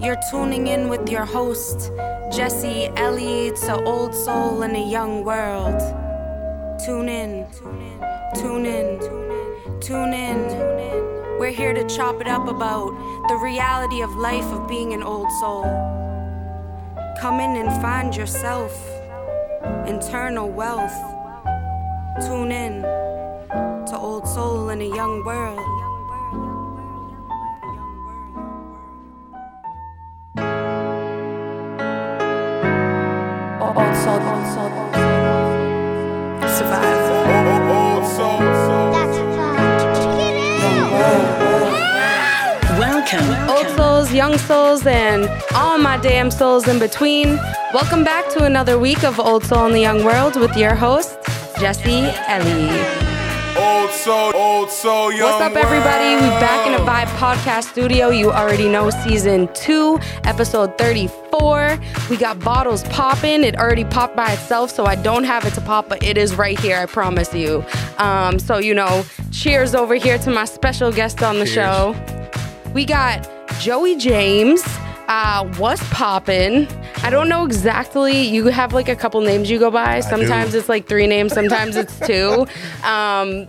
You're tuning in with your host, Jesse Elliott, a old soul in a young world. Tune in, tune in, tune in. We're here to chop it up about the reality of life of being an old soul. Come in and find yourself, internal wealth. Tune in to old soul in a young world. Old soul, old soul, old soul. Survive. Welcome. Old souls, young souls, and all my damn souls in between. Welcome back to another week of Old Soul in the Young World with your host, Jesse Ellie. Old soul, old soul, young What's up, everybody? We back in a Vibe podcast studio. You already know season two, episode 34. We got bottles popping. It already popped by itself, so I don't have it to pop, but it is right here, I promise you. Um, so, you know, cheers over here to my special guest on the Cheers. show. We got Joey James. Uh, what's poppin'? I don't know exactly. You have like a couple names you go by. Sometimes it's like three names, sometimes it's two. Um,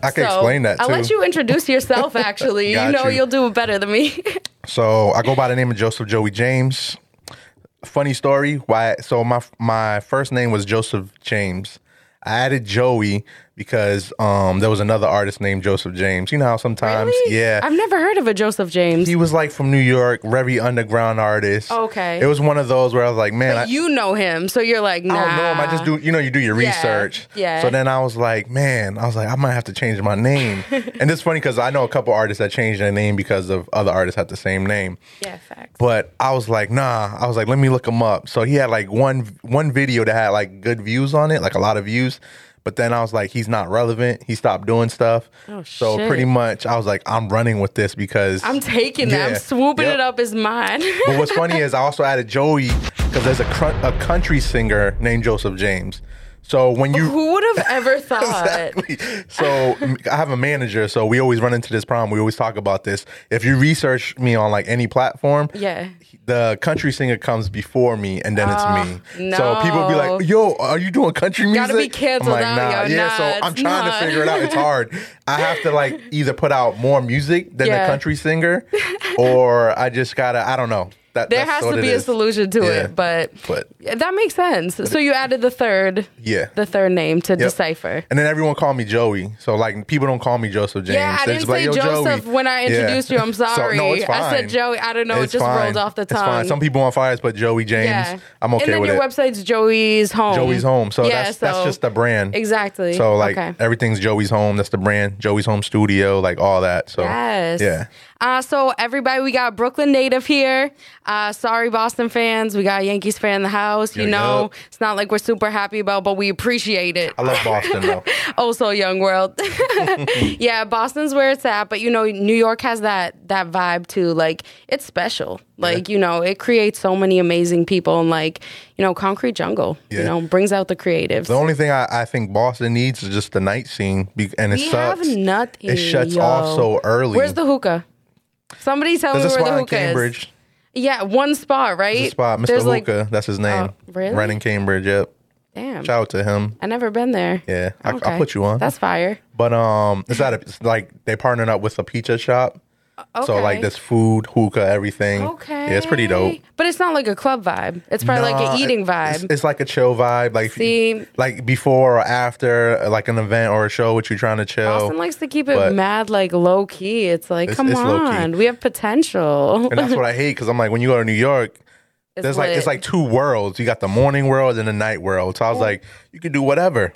I can explain that, I'll let too. you introduce yourself, actually. you Got know you. you. will do it better than me. So I go by the name of Joseph Joey James. Funny story. Why? So my my first name was Joseph James. I added Joey because um there was another artist named Joseph James. You know how sometimes, yeah, I've never heard of a Joseph James. he was like from New York, very underground artist. Okay. it was one of those where I was like, man, I, you know him, so you're like, nah. Oh, I don't know him. I just do, you know, you do your Yeah, research. yeah. So then I was like, man, I was like, I might have to change my name. and it's funny because I know a couple artists that changed their name because of other artists had the same name. Yeah, facts. But I was like, nah. I was like, let me look him up. So he had like one one video that had like good views on it, like a lot of views. But then I was like, he's not relevant. He stopped doing stuff. so Oh, shit. pretty much, I was like, I'm running with this because I'm taking that. I'm Yeah. swooping Yep. it up as mine. but what's funny is I also added Joey because there's a crun- a country singer named Joseph James. So when you Who would have ever thought? exactly. So m- I have a manager, so we always run into this problem. We always talk about this. If you research me on like any platform, Yeah. Oh, the country singer comes before me, and then it's me. So people be no. like, "Yo, are you doing country music?" Gotta be canceled I'm like, out, "Nah, yo, yeah." nah, so I'm it's trying not. to figure it out. It's hard. I have to like either put out more music than Yeah. the country singer, or I just gotta. I don't know. That There that's has what to it be a is. solution to Yeah. it, but, But Yeah, that makes sense. So you added the third, yeah, the third name to decipher. And then everyone called me Joey. So like people don't call me Joseph James. Yeah, I They didn't just be say like, "Yo, Joseph Joey." when I Yeah. introduced you. I'm So, sorry. no, it's I said fine. Joey. I don't know. It's it just fine. rolled off the It's tongue. fine. Some people on fires put Joey James. I'm okay And then with your it. website's Joey's Home. Joey's home. So Yeah, that's that's so- just the brand. Exactly. So like Okay. everything's Joey's home. That's the brand. Joey's home studio, like all that. So Yes. yeah. Uh, so everybody, we got Brooklyn native here. Uh, sorry, Boston fans. We got a Yankees fan in the house. You Yo, know, yup. it's not like we're super happy about, but we appreciate it. I love Boston though. oh so young world yeah boston's where it's at but you know new york has that that vibe too like it's special like you know it creates so many amazing people and like you know concrete jungle you Yeah. know brings out the creatives The only thing I, I think Boston needs is just the night scene, be- and it we sucks. have nothing it shuts yo. off so early. where's the hookah somebody tell me There's a where the spot hookah in Cambridge. is yeah one spot right There's a spot, Mr. There's, like- Hookah. that's his name. Oh, really? Right in Cambridge. Yep. damn Shout out to him. i never been there Yeah, I, Okay. I'll put you on. that's fire But um, it's not a, it's like they partnered up with a pizza shop. So okay. like there's food, hookah, everything. okay Yeah, it's pretty dope. but it's not like a club vibe it's probably Nah, like an eating vibe It's, it's like a chill vibe. Like if you- See- like before or after uh, like an event or a show, what you're trying to chill. Austin likes to keep it but- mad, like low key. It's like, It's- come it's low-key. on, we have potential. and that's what I hate because I'm like when you go to New York. It's There's like lit. it's like two worlds. You got the morning world and the night world. So I was like, you can do whatever.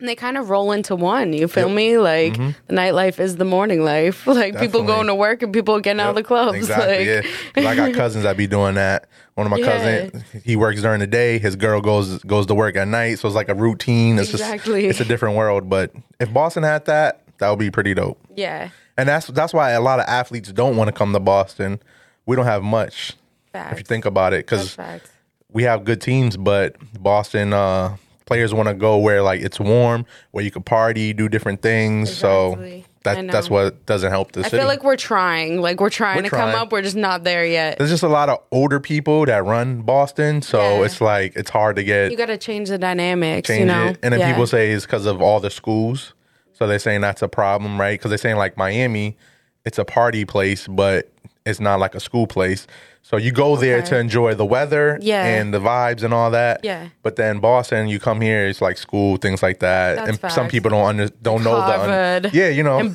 and they kind of roll into one. You feel me? Like the nightlife is the morning life. Like people Mm-hmm. Definitely. going to work and people getting out of the clubs. Exactly. like yeah. 'Cause I got cousins that be doing that. One of my Yeah. cousins, he works during the day. His girl goes goes to work at night. So it's like a routine. It's Exactly. just it's a different world. But if Boston had that, that would be pretty dope. yeah, And that's that's why a lot of athletes don't want to come to Boston. We don't have much if you facts. think about it, That's because facts. we have good teams, but Boston uh, players want to go where like it's warm, where you could party, do different things. So Exactly. I that know. that's what doesn't help the I city. feel like we're trying. Like we're trying We're to trying. come up. We're just not there yet. There's just a lot of older people that run Boston, so Yeah. it's like it's hard to get You got to change the dynamics. change you know. it. And then Yeah. people say it's because of all the schools, so they're saying that's a problem, right? Because they're saying like Miami, it's a party place, but it's not like a school place. So you go there Okay. to enjoy the weather Yeah. and the vibes and all that. Yeah. But then Boston, you come here, it's like school things like that, That's and some facts. people don't under don't know the Harvard yeah, you know, and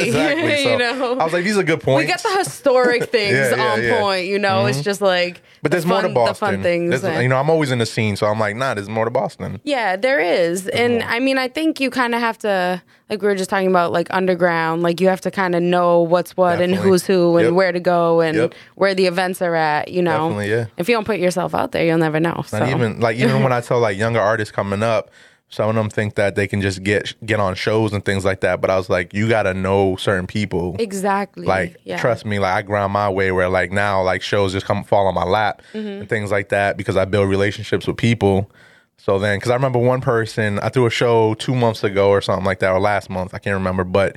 exactly. So you know. I was like, these are good we points. got the historic things Yeah, yeah, on yeah. Mm-hmm. point. You know, it's just like. But the there's more to fun- Boston. The fun things. There's- and- you know, I'm always in the scene, so I'm like, nah, there's more to Boston. Yeah, there is. And I mean, I think you kind of have to, like we were just talking about, like underground, like you have to kind of know what's what and Definitely. who's who and Yep. where to go and Yep. where the events are at, you know? Definitely, yeah. If you don't put yourself out there, you'll never know. So. And even like even when I tell like younger artists coming up, some of them think that they can just get get on shows and things like that. But I was like, you gotta know certain people. exactly. Like yeah. trust me, like I grind my way where like now like shows just come fall on my lap and things like that because I build relationships with people. So then, because I remember one person, I threw a show two months ago or something like that, or last month, I can't remember, but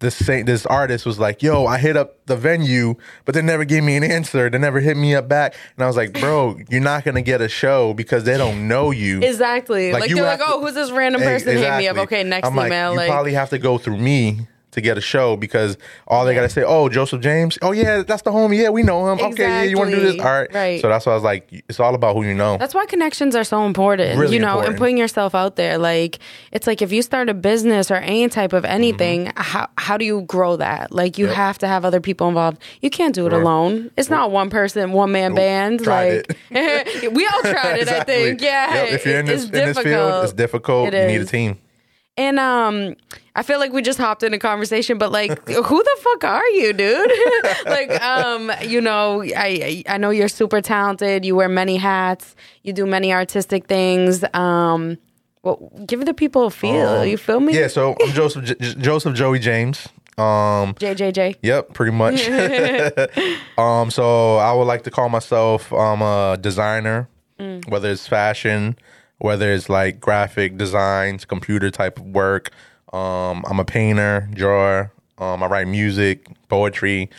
this same, this artist was like, "Yo, I hit up the venue, but they never gave me an answer. They never hit me up back." And I was like, "Bro, you're not gonna get a show because they don't know you." Exactly. Like, Like, you they're like, have to- oh, who's this random person Hey, hit me exactly. up? Okay, next I'm like, email. you Like, probably have to go through me to get a show because all they gotta say, "Oh, Joseph James. Oh yeah, that's the homie. Yeah, we know him. Okay, yeah, you want to do this? Exactly. All right, Right. So that's why I was like, it's all about who you know. That's why connections are so important, Really you know, important. and putting yourself out there. Like, it's like if you start a business or any type of anything, Mm-hmm. how, how do you grow that? Like, you have to have other people involved. You can't do it alone. It's not one person, one man band. Tried like, we all tried it, I think. Yeah. Yep, If you're in it- this, in this field, it's difficult. It you need a is. team. And um, I feel like we just hopped in a conversation, but like, who the fuck are you, dude? like, um, you know, I I know you're super talented. You wear many hats. You do many artistic things. Um, well, give the people a feel. Um, you feel me? Yeah, so I'm Joseph J- J- Joseph Joey James. Um, JJJ. yep, pretty much. um, so I would like to call myself um a designer, Mm. whether it's fashion, whether it's like graphic designs, computer type of work. Um, I'm a painter, drawer. Um, I write music, poetry.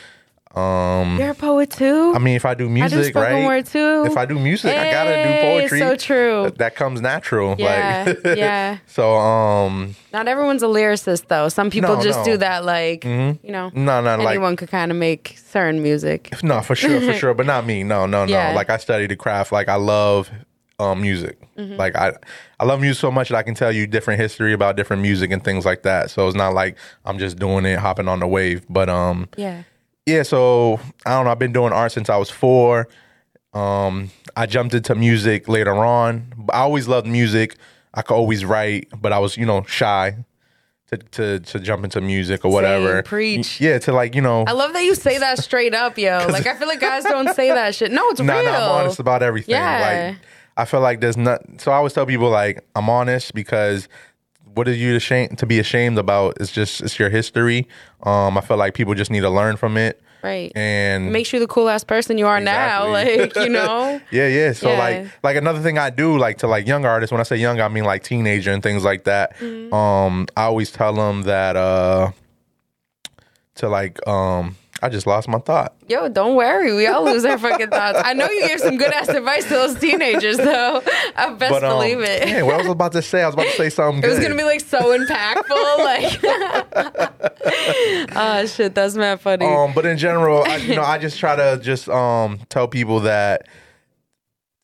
Um, You're a poet too. I mean, if I do music, spoken right? word, too. If I do music, I gotta do Hey, poetry. so true. That, that comes natural. yeah, Like, yeah. so um, Not everyone's a lyricist though. Some people No, just no. do that. Like, you know, no, no, like anyone could kind of make certain music. No, for sure, for sure, but not me. No, no, no. Yeah. Like I studied the craft. Like I love um, music. Mm-hmm. Like I, I love music so much that I can tell you different history about different music and things like that. So it's not like I'm just doing it, hopping on the wave. But um, Yeah. yeah. So I don't know. I've been doing art since I was four. Um, I jumped into music later on. But I always loved music. I could always write, but I was you know shy to to, to jump into music or whatever. preach. Yeah, to like you know. I love that you say that straight up, yo. Like I feel like guys don't say that shit. No, it's No, real. no, I'm honest about everything. Yeah. Like I feel like there's not so I always tell people like I'm honest because what are you ashamed to be ashamed about? It's just it's your history. Um I feel like people just need to learn from it. right. And Makes you the cool ass person you are Exactly. now. Like, you know? yeah, yeah. So Yeah. like like another thing I do like to like young artists, when I say young, I mean like teenager and things like that. Mm-hmm. Um I always tell them that uh to like um I just lost my thought. Yo, don't worry. We all lose our fucking thoughts. I know you gave some good ass advice to those teenagers though. I best But um, believe it. yeah, what I was about to say, I was about to say something It was good. gonna be like so impactful, like ah shit, that's mad funny. Um, but in general, I, you know, I just try to just um tell people that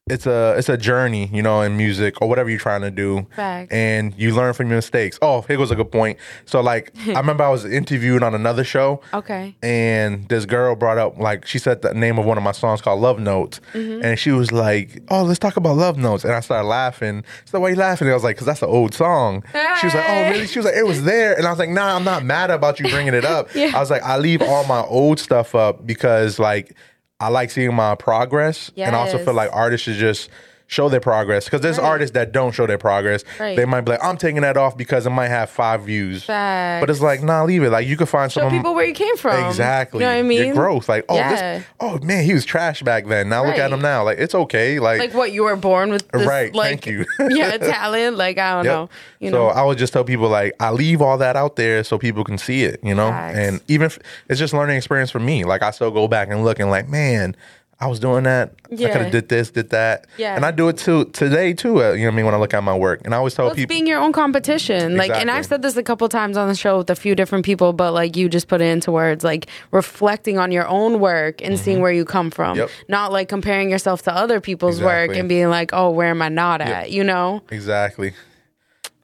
it's a it's a journey, you know, in music or whatever you're trying to do, Facts. and you learn from your mistakes. Oh, here goes a good point. So like, I remember I was interviewed on another show, okay. and this girl brought up like she said the name of one of my songs called Love Notes, Mm-hmm. and she was like, "Oh, let's talk about Love Notes," and I started laughing. So why you laughing? And I was like, "Cause that's an old song." She was like, "Oh, Hey. really?" She was like, "It was there," and I was like, "Nah, I'm not mad about you bringing it up." I was like, "I leave all my old stuff up because like I like seeing my progress, and I also Yes. feel like artists should just." show their progress because there's artists that don't show their progress. Right. They might be like, I'm taking that off because it might have five views. But Facts. it's like, nah, leave it. Like you could find Show someone people where you came from. um, Exactly. You know what I mean? Your growth. Like, oh, Yeah. this, oh man, he was trash back then. Now look at Right. him now. Like, it's okay. Like, Like what you were born with. This, Right, Like, thank you. yeah, talent. Like I don't yep. know. You so know. I would just tell people like, I leave all that out there so people can see it. You know, Facts. and even if it's just learning experience for me. Like, I still go back and look and like, man. I was doing that. I Yeah. could have did this, did that. Yeah. And I do it too today too. uh, You know what I mean? When I look at my work, and I always tell Well, it's people, being your own competition. Like, and Exactly. I've said this a couple times on the show with a few different people, but like you just put it into words, like reflecting on your own work and seeing where you come from, Mm-hmm. Yep. not like comparing yourself to other people's work Exactly. and being like, oh, where am I not at? You know? Exactly.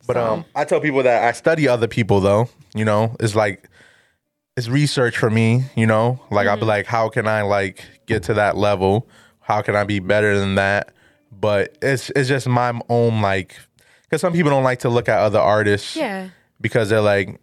But um, I tell people that I study other people though. You know, it's like it's research for me. You know, like I'll be like, how can I like get to that level? How can I be better than that? But it's it's just my own like because some people don't like to look at other artists Yeah. because they're like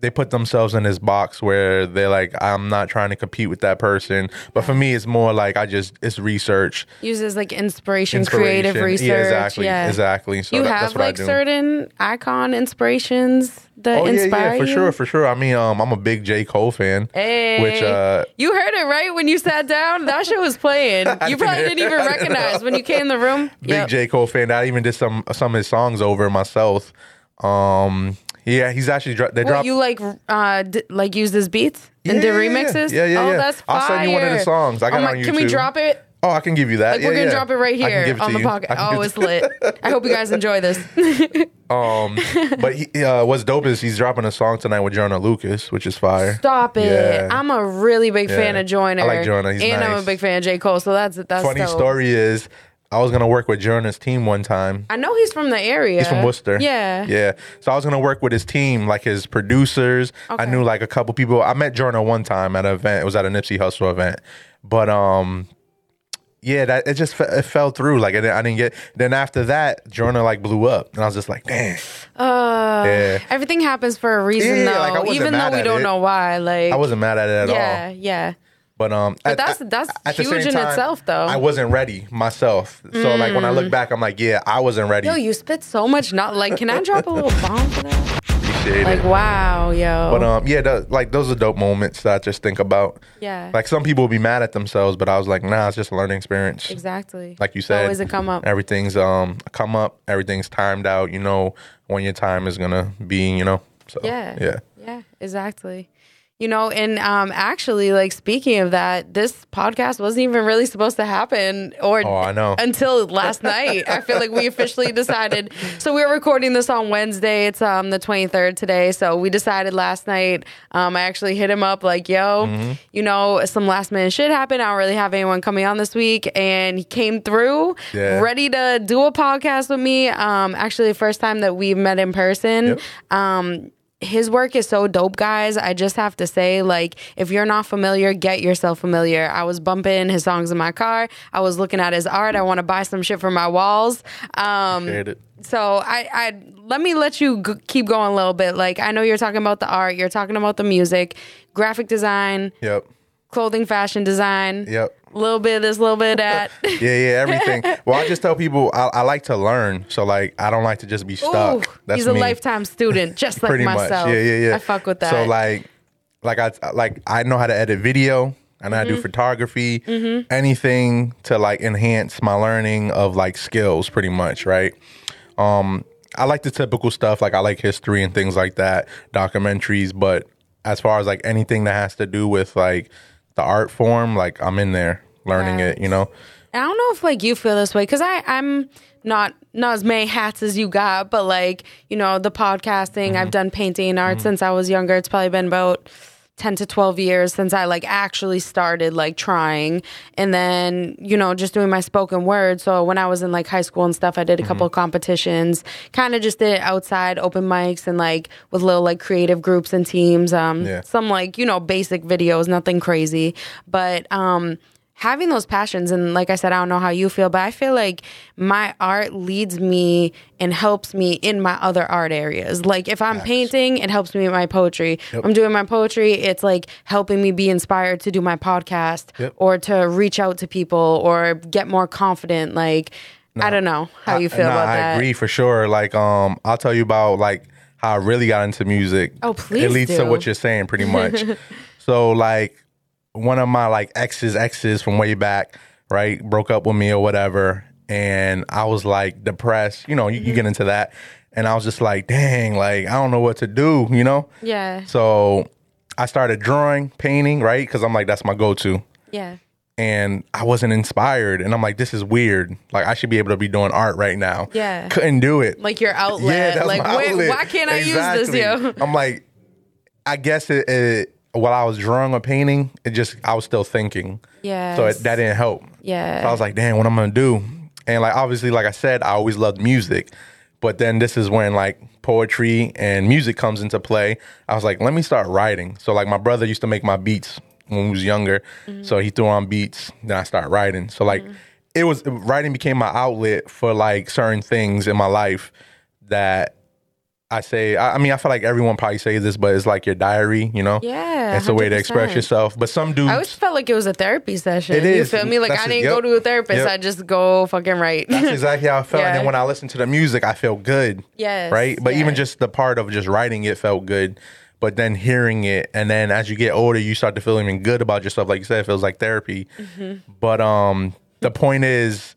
they put themselves in this box where they're like I'm not trying to compete with that person. But for me, it's more like I just it's research, Uses like inspiration, creative research. inspiration. Yeah, Yeah, exactly, exactly. So you that- have that's what I like do. certain icon inspirations that Oh yeah, inspire yeah, for you? sure, for sure. I mean, um, I'm a big J Cole fan, Hey, which uh, you heard it right when you sat down. That shit was playing. You probably hear didn't it. even I didn't recognize when you came in the room. big J Cole fan. I even did some some of his songs over myself. Um, yeah, he's actually dro- they What, dropped you like uh d- like use this beat and did Yeah, yeah, yeah. remixes? Yeah, yeah, Oh, yeah. that's fire. I'll send you one of the songs. I got oh it my, on Can we YouTube. drop it? Oh, I can give you that. Like Yeah, we're gonna yeah. drop it right I can here give it to on the you. pocket. I can Oh, give it's lit. I hope you guys enjoy this. Um, but he, uh, what's dope is he's dropping a song tonight with Jonah Lucas, which is fire. Stop it! Yeah. I'm a really big fan Yeah. of Joyner. I like Joyner. He's and I'm a nice. big fan of J Cole. So that's that's Funny dope. story is, I was gonna work with Jonah's team one time. I know he's from the area. He's from Worcester. Yeah. Yeah. So I was gonna work with his team, like his producers. Okay. I knew like a couple people. I met Jordan one time at an event. It was at a Nipsey Hustle event. But um yeah, that it just fe- it fell through. Like I didn't, I didn't get. Then after that, Jordan like blew up, and I was just like, "Dang!" Uh, Yeah. Everything happens for a reason, Yeah, though. like, I wasn't Even though mad we at don't it. know why, like I wasn't mad at it at yeah, all. yeah. But um, at- that's- at- that's at the huge same in time, itself, though. Mm. I wasn't ready myself. So like when I look back, I'm like, yeah, I wasn't ready. Yo, you spit so much. Not like, can I drop a little bomb for that? Appreciate it. Like wow, yo. But um, yeah, tho- like those are dope moments that I just think about. Yeah. Like some people will be mad at themselves, but I was like, nah, it's just a learning experience. exactly. Like you said, always a come up. Everything's um a come up. Everything's timed out. You know when your time is gonna be. You know. So Yeah. yeah. Yeah, exactly. You know, and um, actually, like speaking of that, this podcast wasn't even really supposed to happen, or Oh, I know. until last night. I feel like we officially decided. So we were recording this on Wednesday. It's um the twenty third today. So we decided last night. Um, I actually hit him up like, yo, Mm-hmm. you know, some last minute shit happened. I don't really have anyone coming on this week, and he came through, Yeah. ready to do a podcast with me. Um, actually, the first time that we met in person. Yep. Um, his work is so dope, guys. I just have to say, like, if you're not familiar, get yourself familiar. I was bumping his songs in my car. I was looking at his art. I want to buy some shit for my walls. Um, Appreciate it. so I, I let me let you g- keep going a little bit. Like, I know you're talking about the art. You're talking about the music, graphic design, Yep. clothing, fashion design. Yep. A little bit of this, a little bit of that. Yeah, yeah, everything. well, I just tell people I, I like to learn, so like I don't like to just be stuck. Ooh, he's a me. lifetime student, just like pretty myself. much. Yeah, yeah, yeah. I fuck with that. So like, like I like I know how to edit video. I know how Mm-hmm. to do photography, anything to like enhance my learning of like skills, pretty much, right? Um, I like the typical stuff, like I like history and things like that, documentaries. But as far as like anything that has to do with like the art form, like I'm in there learning it, you know. And I don't know if like you feel this way because I I'm not not as many hats as you got, but like you know the podcasting. I've done painting and art since I was younger. It's probably been about ten to twelve years since I like actually started like trying, and then you know just doing my spoken word. So when I was in like high school and stuff, I did a couple of competitions. Kind of just did it outside, open mics, and like with little like creative groups and teams. Um, Yeah. some like you know basic videos, nothing crazy, but um having those passions and like i said i don't know how you feel but i feel like my art leads me and helps me in my other art areas like if i'm painting it helps me with my poetry If i'm doing my poetry it's like helping me be inspired to do my podcast Yep. or to reach out to people or get more confident like I don't know how you feel Nah, about I that. agree for sure. Like, um, I'll tell you about like how I really got into music. Oh, please It leads to do. what you're saying, pretty much. so, like, one of my like exes, exes from way back, right, broke up with me or whatever, and I was like depressed. You know, you, Mm-hmm. you get into that, and I was just like, dang, like I don't know what to do. You know, Yeah. so I started drawing, painting, right, because I'm like that's my go-to Yeah. and I wasn't inspired. And I'm like, this is weird. Like I should be able to be doing art right now. Yeah. Couldn't do it. Like your outlet. like wait, why can't I use this, yo? Exactly. I'm like, I guess it, it while I was drawing or painting, it just I was still thinking. Yes. So it, that didn't help. Yeah. So I was like, damn, what I'm gonna do? And like obviously, like I said, I always loved music. But then this is when like poetry and music comes into play. I was like, let me start writing. So like my brother used to make my beats when he was younger. Mm-hmm. So he threw on beats, then I started writing. So like it was writing became my outlet for like certain things in my life that I say, I, I mean, I feel like everyone probably say this, but it's like your diary, you know? Yeah, It's a way to express 100%. yourself. But some dudes. I always felt like it was a therapy session. It is. You feel me? Like That's I it. didn't Yep. go to a therapist. Yep. I just go fucking write. That's exactly how I felt. And Yeah. then when I listen to the music, I feel good. Yes, Right? But even yeah. just the part of just writing it felt good. But then hearing it, and then as you get older, you start to feel even good about yourself. Like you said, it feels like therapy. Mm-hmm. But um, the point is,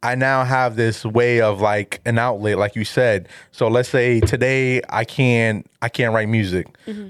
I now have this way of like an outlet, like you said. So let's say today I can't I can't write music.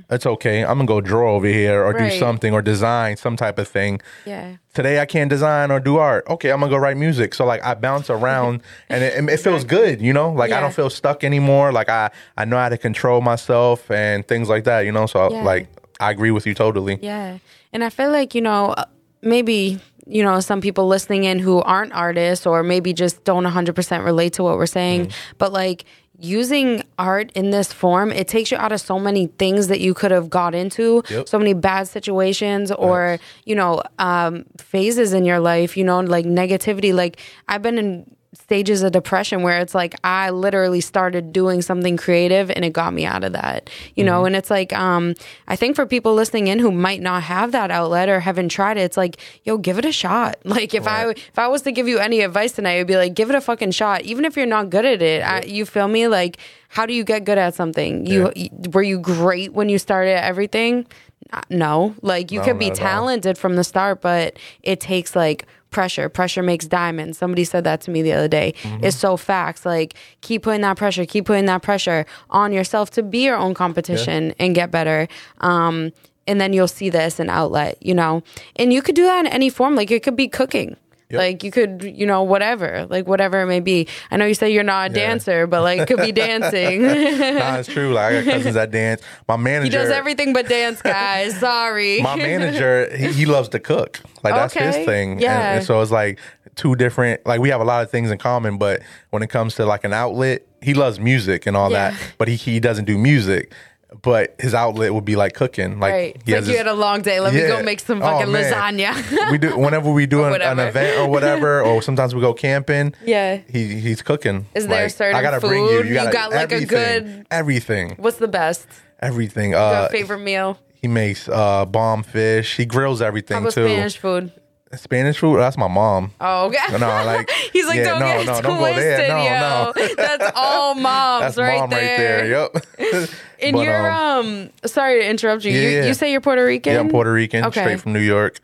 That's okay. I'm gonna go draw over here or do Mm-hmm. Right. something or design some type of thing yeah. today I can't design or do art. Okay, I'm gonna go write music. So like I bounce around and it, it feels good, you know. Like I Yeah. don't feel stuck anymore. Like I I know how to control myself and things like that, you know. So Yeah. like I agree with you totally. Yeah. And I feel like, you know, uh, maybe, you know, some people listening in who aren't artists or maybe just don't 100% relate to what we're saying, Mm-hmm. but like using art in this form, it takes you out of so many things that you could have got into, Yep. so many bad situations or, you know, um, phases in your life, you know, like negativity. Like I've been in stages of depression where it's like I literally started doing something creative and it got me out of that. You know, and it's like um I think for people listening in who might not have that outlet or haven't tried it, it's like, yo, give it a shot. Like if I if I was to give you any advice tonight, it'd be like give it a fucking shot. Even if you're not good at it, I, you feel me? Like how do you get good at something? You were you great when you started at everything? Uh, No. Like you could be not at all. talented talented from the start, but it takes like pressure. Pressure makes diamonds. Somebody said that to me the other day. Mm-hmm. It's so facts. Like keep putting that pressure, keep putting that pressure on yourself to be your own competition and get better. Um, and then you'll see this an outlet, you know. And you could do that in any form. Like it could be cooking. Like you could, you know, whatever, like whatever it may be. I know you say you're not a dancer, but like it could be dancing. nah, it's true. Like I got cousins that dance. My manager he does everything but dance, guys. Sorry. my manager he, he loves to cook like that's Okay. his thing And- Yeah. and, so it's like two different like we have a lot of things in common but when it comes to like an outlet he loves music and all Yeah. that but he, he doesn't do music but his outlet would be like cooking like Right. he Like has you this- had a long day. Let me Yeah. go make some Oh, fucking man. lasagna. we do whenever we do an, an whatever. event or whatever or sometimes we go camping Yeah. he, he's cooking Is there Like, certain i gotta bring you food you you got got, like, a good- everything What's the best? everything Your uh favorite meal? he makes uh bomb fish he grills everything How about too Spanish food? Spanish food? That's my mom. Oh, okay. No, no, like He's like, yeah, don't no, get no, twisted, don't go there. No, yo. no, That's all moms that's right, mom there. right there. Yep. And But, you're um, um, sorry to interrupt you. yeah, you. yeah. You say you're Puerto Rican. yeah, I'm Puerto Rican, Okay. straight from New York.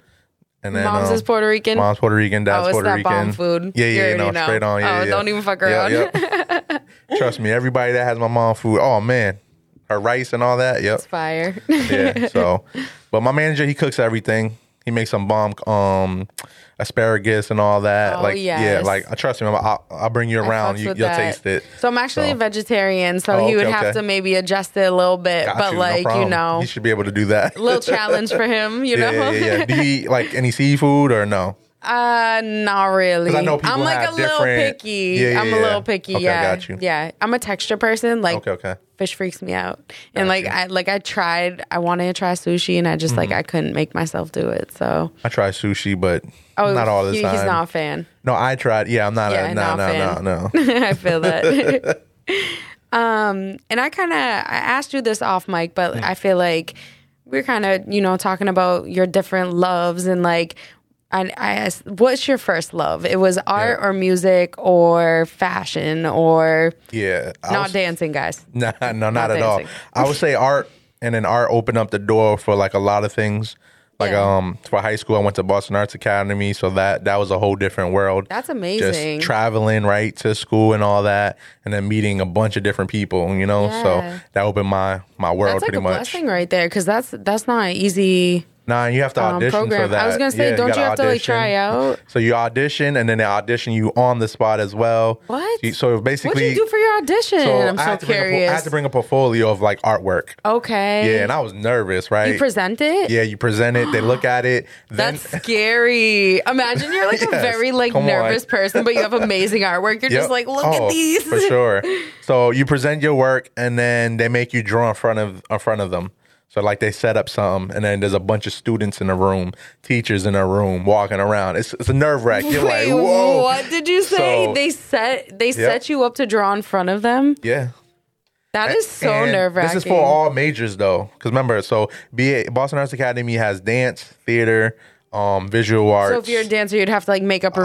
And then Mom's um, is Puerto Rican. Mom's Puerto Rican. Dad's oh, it's Puerto that Rican. bomb food. Yeah, You yeah, already no, know. straight on. Yeah, oh, yeah. don't even fuck Yeah, around. yep. Trust me, everybody that has my mom food. Oh man, her rice and all that. Yep. Fire. yeah. So, but my manager, he cooks everything. He makes some bomb, um, asparagus and all that. Oh, like, yeah, yes. like I trust me. I'll, I'll bring you around. fucks You, with you'll that. taste it. So I'm actually So- a vegetarian, so Oh, he would okay, have okay. to maybe adjust it a little bit, Got but you, no like you problem. know, he should be able to do that. little challenge for him, you yeah, know. yeah, yeah. Do you eat like any seafood or no? Uh, not really. 'Cause I know I'm people like have a little different- picky. Yeah, yeah, I'm a yeah. little picky. Okay, I yeah, got you. yeah. I'm a texture person. Like Okay, okay. fish freaks me out. and like I like I tried. I wanted to try sushi, and I just Mm-hmm. like I couldn't make myself do it. So I try sushi, but oh, not all the he- time. He's not a fan. No, I tried. Yeah, I'm not. Yeah, a, no, not a no, fan. no, no, I feel that. um, and I kind of I asked you this off mic, but I feel like we're kind of you know talking about your different loves and like I, I asked, what's your first love? It was art or music or fashion or Yeah. I not was- dancing, guys. Nah, no, not at all. dancing. I would say art, and then art opened up the door for like a lot of things. Like Yeah. um, for high school, I went to Boston Arts Academy, so that that was a whole different world. That's amazing. Just traveling right to school and all that, and then meeting a bunch of different people. You know, Yeah. so that opened my my world That's like pretty a much. blessing right there because that's that's not an easy Nah, you have to um, audition for program. that. I was gonna say, Yeah, don't gotta you have to, like, try out? So you audition, and then they audition you on the spot as well. What? You- So What basically, did you do for your audition? so I'm I so had to bring a po- I had curious. to bring a portfolio of like artwork. okay. Yeah, and I was nervous, right? you present it. Yeah, you present it. They look at it. Then, That's scary. Imagine you're like a Yes, very like come on. nervous person, but you have amazing artwork. You're Yep. just like, look Oh, at these. for sure. So you present your work, and then they make you draw in front of in front of them. So like they set up some, and then there's a bunch of students in a room, teachers in a room, walking around. It's it's a nerve wrack. You're like, Wait, whoa. what did you say? So- they set they set you up to draw in front of them. Yeah. That is so And nerve wracking. This is for all majors though, because remember, so BA Boston Arts Academy has dance, theater, um, visual arts. Uh, So if you're a dancer, you'd have to like make up a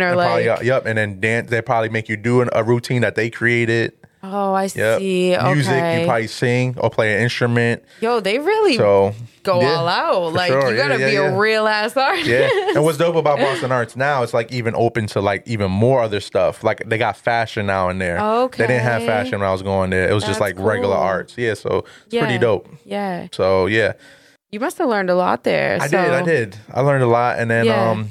Yep, or and like. probably, uh, yep, and then dance. They probably make you do an, a routine that they created. Oh, I uh, Yep. see. Okay. Music, you probably sing or play an instrument. Yo, they really So go yeah, all out. for Like sure. you Yeah, gotta yeah, be yeah. a real ass artist. Yeah. And what's dope about Boston Arts now, it's like even open to like even more other stuff. Like they got fashion now and there. They didn't have Okay. fashion when I was going there. It was just That's like regular cool. arts. Yeah. So it's Yeah. pretty dope. Yeah. So yeah. You must have learned a lot there. I did. I so- did. I learned a lot. And then Yeah. um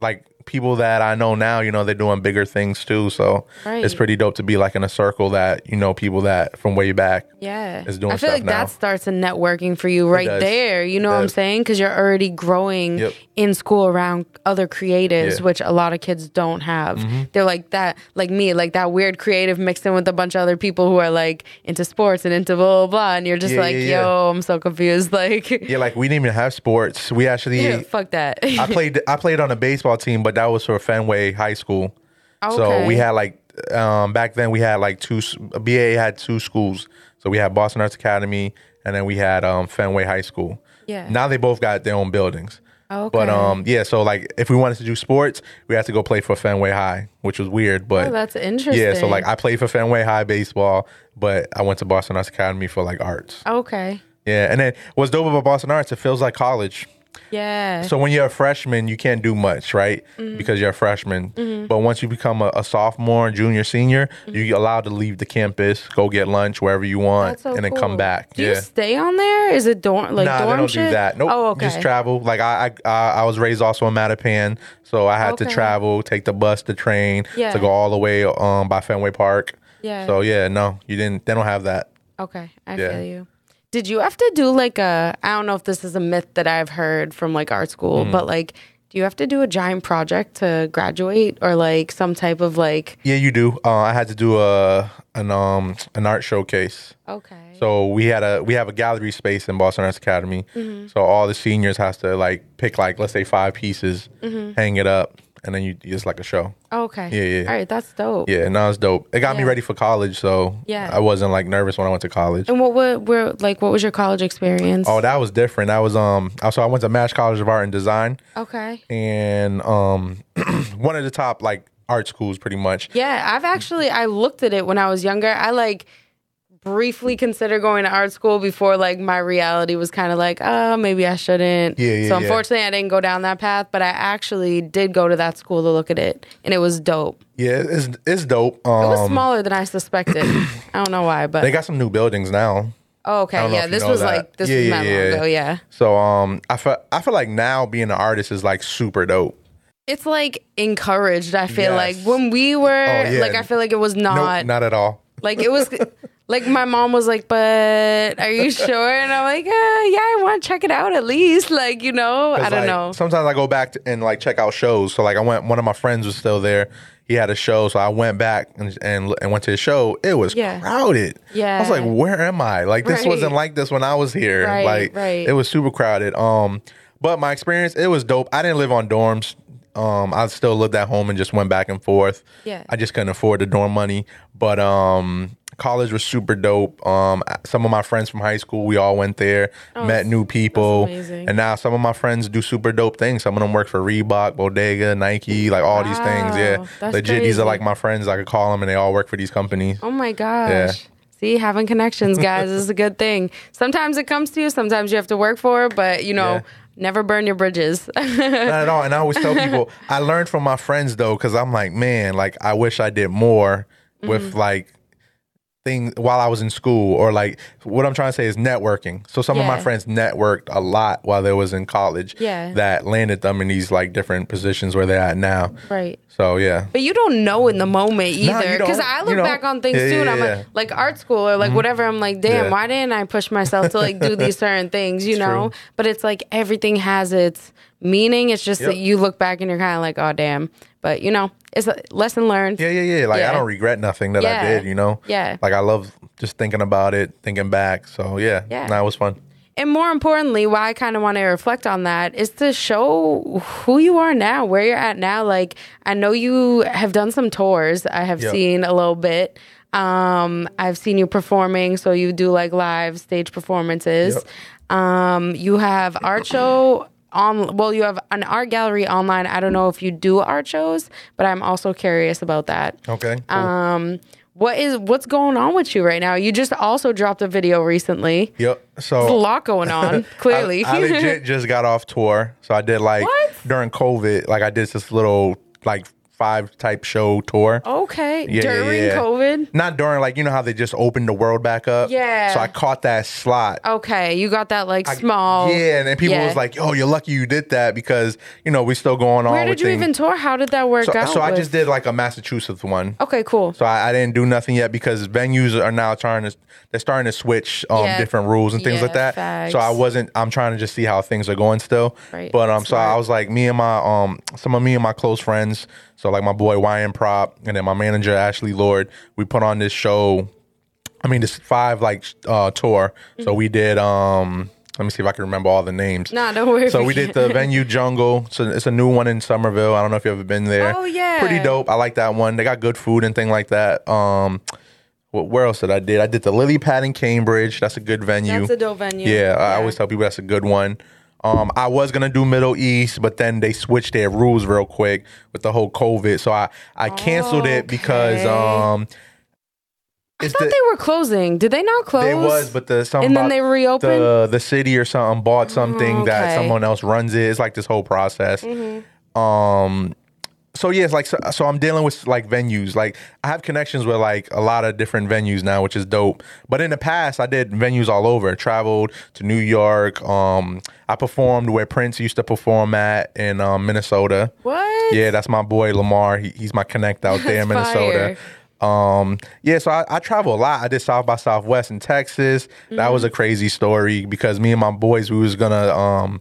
like people that I know now, you know, they're doing bigger things too. So it's Right. pretty dope to be like in a circle that, you know, people that from way back. Yeah. is doing I feel stuff like now. that starts a networking for you right does. there. You know what I'm does. saying? Because you're already growing Yep. in school around other creatives, Yeah. Mm-hmm. which a lot of kids don't have. They're like that, like me, like that weird creative mixed in with a bunch of other people who are like into sports and into blah, blah, blah. And you're just Yeah, like, yeah, yeah. yo, I'm so confused. Like, Yeah, like we didn't even have sports. We actually fuck that. I played I played on a baseball team, but that was for Fenway High School. So Oh, Okay. we had like um, back then we had like two s- BA had two schools. So we had Boston Arts Academy and then we had um, Fenway High School. Yeah. Oh, Now they both got their own buildings. But Okay. um yeah, so like if we wanted to do sports, we had to go play for Fenway High, which was weird, but Oh, that's Yeah, so interesting. like I played for Fenway High baseball, but I went to Boston Arts Academy for like arts. Oh. okay. Yeah, and then what's dope about Boston Arts, it feels like college. Yeah. So when you're a freshman, you can't do much, right? Mm-hmm. Because you're a freshman. But once you become a, a sophomore, junior, senior, you're allowed to leave the campus, go get lunch wherever you want, That's so and then cool. come back. do yeah. you stay on there? Is it dorm? Like nah, dorm they don't shit? do that. Nope. Oh, okay. Just travel. Like I, I, I I was raised also in Mattapan, so I had to Okay. travel, take the bus, the train Yeah. to go all the way um by Fenway Park. Yeah. So yeah, no, you didn't. They don't have that. Okay, I Yeah. feel you. Did you have to do like a? I don't know if this is a myth that I've heard from like art school, Hmm. but like, do you have to do a giant project to graduate or like some type of like? Yeah, you do. Uh, I had to do a an um an art showcase. Okay. So we had a we have a gallery space in Boston Arts Academy. Mm-hmm. So all the seniors has to like pick like let's say five pieces, Mm-hmm. hang it up, and then you it's like a show. okay. Yeah, yeah. All right, that's dope. Yeah, no, it's dope. It got me Yeah. ready for college, so Yeah. I wasn't like nervous when I went to college. And what were, were like? What was your college experience? Oh, that was different. That was um. So I went to Mash College of Art and Design, okay. and um, one of the top like art schools, pretty much. Yeah, I've actually I looked at it when I was younger. I like briefly considered going to art school before like my reality was kind of like, oh, maybe I shouldn't. Yeah, yeah, so yeah. unfortunately, I didn't go down that path, but I actually did go to that school to look at it, and it was dope. Yeah, it's it's dope. It Um, was smaller than I suspected. I don't know why, but they got some new buildings now. I oh, okay, don't know yeah, if you this know was that. like this Yeah, was yeah, not yeah. long ago, yeah. So um, I feel I feel like now being an artist is like super dope. It's like encouraged. I feel like Yes. when we were Oh, yeah. like, I feel like it was No, not at all. Like it was like my mom was like, "But are you sure?" And I'm like, uh, "Yeah, I want to check it out at least." Like you know, I 'Cause, don't like, know. Sometimes I go back to, and like check out shows. So like I went, one of my friends was still there. He had a show, so I went back and and, and went to his show. It was Yeah. crowded. I was Yeah. like, where am I? Like this Right. wasn't like this when I was here. Right, like right. it was super crowded. Um, but my experience, it was dope. I didn't live on dorms. Um, I still lived at home and just went back and forth. Yeah. I just couldn't afford the dorm money, but um. college was super dope. Um, some of my friends from high school, we all went there, Oh, met new people, amazing. and now some of my friends do super dope things. Some of them work for Reebok, Bodega, Nike, like all these things. Yeah, Wow, that's legit. These are crazy. like my friends. I could call them, and they all work for these companies. Oh my gosh. See, having connections, guys, is a good thing. Sometimes it comes to you, sometimes you have to work for it, but you know, Yeah. never burn your bridges. Not at all. And I always tell people, I learned from my friends though, because I'm like, man, like I wish I did more with Mm. like things while I was in school, or like what I'm trying to say is networking. So some of my Yeah. friends networked a lot while they was in college. Yeah. That landed them in these like different positions where they're at now. right. So yeah. But you don't know in the moment Nah, you either. Because don't. I You look don't. back on things Yeah, too, and yeah, I'm yeah. Mm-hmm. like, like art school or like whatever. I'm like, damn, Yeah. why didn't I push myself to like do these certain things, you know? But it's like everything has its meaning. It's just that Yep. you look back and you're kind of like, oh, damn. But you know, it's a lesson learned. Yeah, yeah, yeah. Like Yeah. I don't regret nothing that I Yeah. did, you know? Yeah. Like I love just thinking about it, thinking back. So yeah. Yeah. Nah, it was fun. and more importantly, why I kind of want to reflect on that is to show who you are now, where you're at now. Like, I know you have done some tours. I have Yeah. seen a little bit. Um, I've seen you performing, so you do like live stage performances. Um, you have art show on. Well, you have an art gallery online. I don't know if you do art shows, but I'm also curious about that. Okay. cool. Um, what is what's going on with you right now? You just also dropped a video recently yep. So a lot going on. Clearly, I, I legit just got off tour, so I did like What? during COVID, like I did this little like five type show tour. Oh. okay. Yeah, yeah, During yeah. COVID, Not during like you know how they just opened the world back up. Yeah. So I caught that slot. okay, you got that like small. Yeah, and then people yeah. was like, "Oh, you're lucky you did that because you know we still going on." "Where did with you things." even tour? How did that work So, out?" so I with- just did like a Massachusetts one. Okay, cool. So I, I didn't do nothing yet because venues are now trying to they're starting to switch um, Yeah. different rules and things like Yeah, that. So I facts. wasn't. I'm trying to just see how things are going still. Right. But um, so I Smart. was like, me and my um, some of me and my close friends. So like my boy YM Prop and then my manager Ashley Lord. We put on this show. I mean, this five like sh- uh, tour. So we did um. Let me see if I can remember all the names. Mm-hmm. Nah, don't worry if So you we did the venue Jungle. So it's a new one in Somerville. I don't know if you've ever been there. Oh, yeah. pretty dope. I like that one. They got good food and thing like that. Um, what where else did I did? I did the Lily Pad in Cambridge. That's a good venue. That's a dope venue. Yeah, I Yeah. always tell people that's a good one. Um, I was gonna do Middle East, but then they switched their rules real quick with the whole COVID. So I I canceled it because Okay. um, I it's thought the- they were closing. Did they not close? they was, but the something And then about they reopened? Mm, The, the city or something bought something that okay. Mm-hmm. someone else runs it. It's like this whole process. Um, so yeah, it's like so, so. I'm dealing with like venues. Like I have connections with like a lot of different venues now, which is dope. But in the past, I did venues all over. Traveled to New York. Um, I performed where Prince used to perform at in um, Minnesota. what? Yeah, that's my boy Lamar. He, he's my connect out there in That's Minnesota. Um, yeah, so I, I travel a lot. I did South by Southwest in Texas. That Mm-hmm. was a crazy story because me and my boys, we was gonna um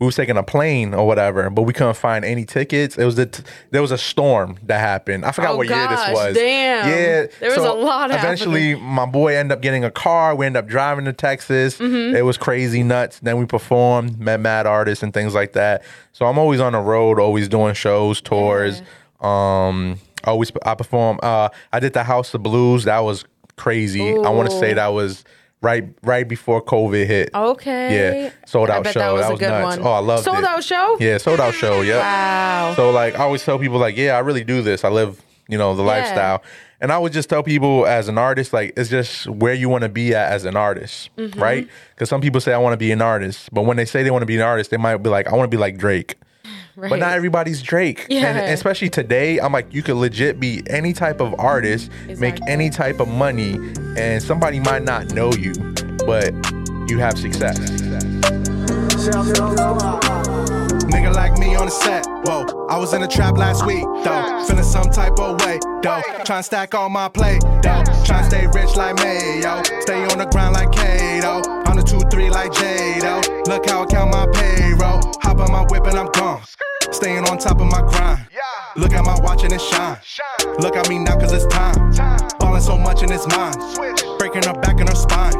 we was taking a plane or whatever, but we couldn't find any tickets. It was the t- there was a storm that happened. I forgot Oh, what year gosh, this was. damn. Yeah, There was so a lot Eventually, my boy ended up getting a car. We ended up driving to Texas. Mm-hmm. It was crazy nuts. Then we performed, met mad artists and things like that. So I'm always on the road, always doing shows, tours. Um, always I perform. Uh, I did the House of Blues. That was crazy. I want to say Ooh. that was right right before COVID hit. Okay. Yeah, sold I out bet show. That was a good nuts. one. Oh, I loved sold it. out show. Yeah, sold out show. Yeah. Wow. So like I always tell people like, yeah, I really do this. I live, you know, the lifestyle. And I would just tell people as an artist, like it's just where you want to be at as an artist, Mm-hmm. right? Because some people say I want to be an artist, but when they say they want to be an artist, they might be like, I want to be like Drake. right. But not everybody's Drake. And Yeah. especially today, I'm like, you could legit be any type of artist, make Exactly. any type of money, and somebody might not know you, but you have success. Nigga like me on the set, whoa. I was in the trap last week, though. Feeling some type of way, though. Tryna stack all my play, though. Tryna stay rich like Mayo. Stay on the grind like Kato. I'm the 2 3 like Jado. Look how I count my payroll. Hop on my whip and I'm gone. Staying on top of my grind. Look at my watch and it shine. Look at me now cause it's time. Ballin' so much in his mind. Breaking her back and her spine.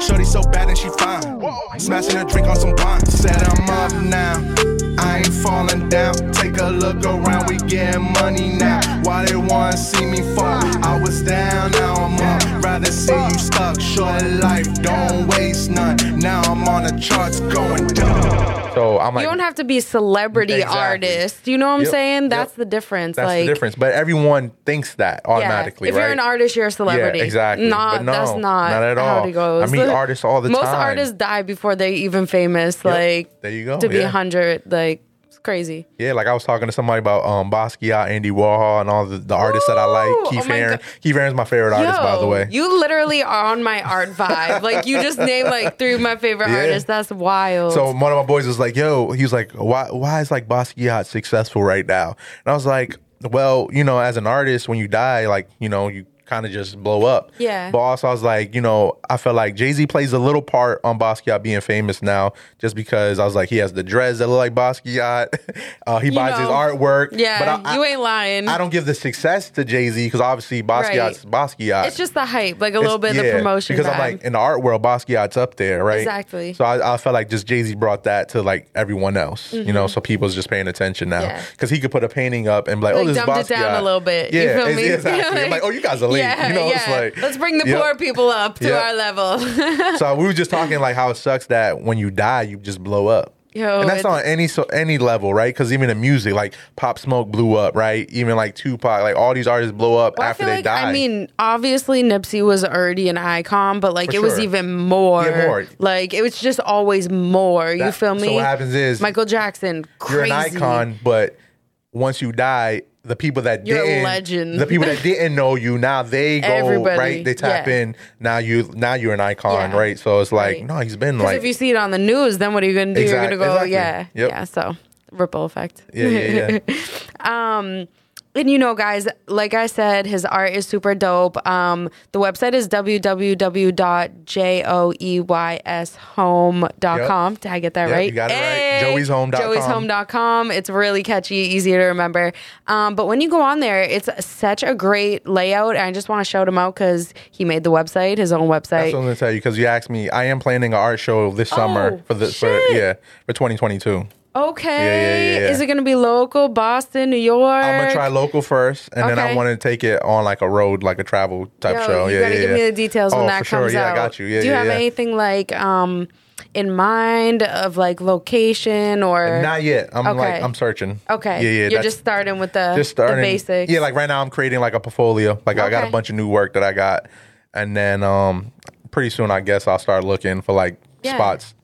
Shorty so bad and she fine. Smashing a drink on some wine. Said I'm up now. I ain't falling down. Take a look around, we getting money now. Why they wanna see me fall? I was down, now I'm up. rather see you stuck. Short life, don't waste none. Now I'm on the charts going down. So I'm like, You don't have to be a celebrity Exactly. artist. You know what I'm Yep, saying? yep. That's the difference. that's like the difference. But everyone thinks that yeah. automatically, If right? you're an artist, you're a celebrity. Yeah, exactly. Not But no, that's not, not at all. how it goes. I meet artists all the Most time. artists die before they even famous. Like There you go, To be yeah. hundred, like it's crazy. Yeah, like I was talking to somebody about um, Basquiat, Andy Warhol, and all the, the artists that I Ooh, like. oh Keith my Aaron. God. Keith Aaron's my favorite artist, by the Yo, way. You literally are on my art vibe. like you just named like three of my favorite Yeah. artists. That's wild. So one of my boys was like, "Yo," he was like, "Why? Why is like Basquiat successful right now?" And I was like, "Well, you know, as an artist, when you die, like you know, you kind of just blow up." Yeah. But also, I was like, you know, I felt like Jay Z plays a little part on Basquiat being famous now, just because I was like, he has the dreads that look like Basquiat. Uh, he buys his know. artwork. yeah, But I, you I- ain't lying. I don't give the success to Jay Z because obviously Basquiat's Basquiat. it's just the hype, like a little bit of the yeah, promotion. because vibe. I'm like in the art world, Basquiat's up there, right? Exactly. So I, I felt like just Jay Z brought that to like everyone else, you know. So people's just paying attention now Mm-hmm. Yeah. because he could put a painting up and be like, oh, Like, this dumbed is it down Basquiat. a little bit. You Yeah, feel ex- me? exactly. Like- I'm like, oh, you guys are late. Yeah, you know, it's yeah. like let's bring the Yep. poor people up to Yep. our level. so we were just talking like how it sucks that when you die, you just blow up. Yo, and that's it's- on any so any level, right? Because even in music, like Pop Smoke blew up, right? Even like Tupac, like all these artists blow up Well, after I feel they like, die. I mean, obviously Nipsey was already an icon, but like For it was sure. even more, Yeah, more. Like it was just always more. you That- feel me? so what happens is- Michael Jackson, you're crazy. an icon, but once you die, the people that You're a didn't, legend. the people that didn't know you, now they go Everybody, right. They tap yeah. in. Now you, now you're an icon, Yeah. right? So it's like, Right. no, he's been Because like, if you see it on the news, then what are you gonna do? Exact- You're gonna go, exactly. yeah, Yep. yeah. So ripple effect. yeah, yeah, yeah. And you know, guys, like I said, his art is super dope. Um, the website is www.joeyshome.com. Did I get that Yep, right? you got it right. joeyshome.com. joeyshome.com. It's really catchy, easy to remember. Um, but when you go on there, it's such a great layout. And I just want to shout him out because he made the website, his own That's what I'm website. gonna tell you because you asked me. I am planning an art show this summer for the for Oh, shit. yeah for 2022. Okay. Yeah, yeah, yeah, yeah. Is it going to be local, Boston, New York? I'm gonna try local first, and then I Okay. want to take it on like a road, like a travel type Yo, show. You yeah, gotta yeah, give me yeah. the details when Oh, that for comes sure. Yeah, out. I got you. Yeah, Do you yeah, have yeah. anything like um in mind of like location or Not yet. I'm like Okay. I'm searching. Okay. Yeah, yeah. You're that's- just starting with the, just starting the basics. Yeah, like right now I'm creating like a portfolio. Like I got a Okay. bunch of new work that I got, and then um pretty soon I guess I'll start looking for like Yeah. spots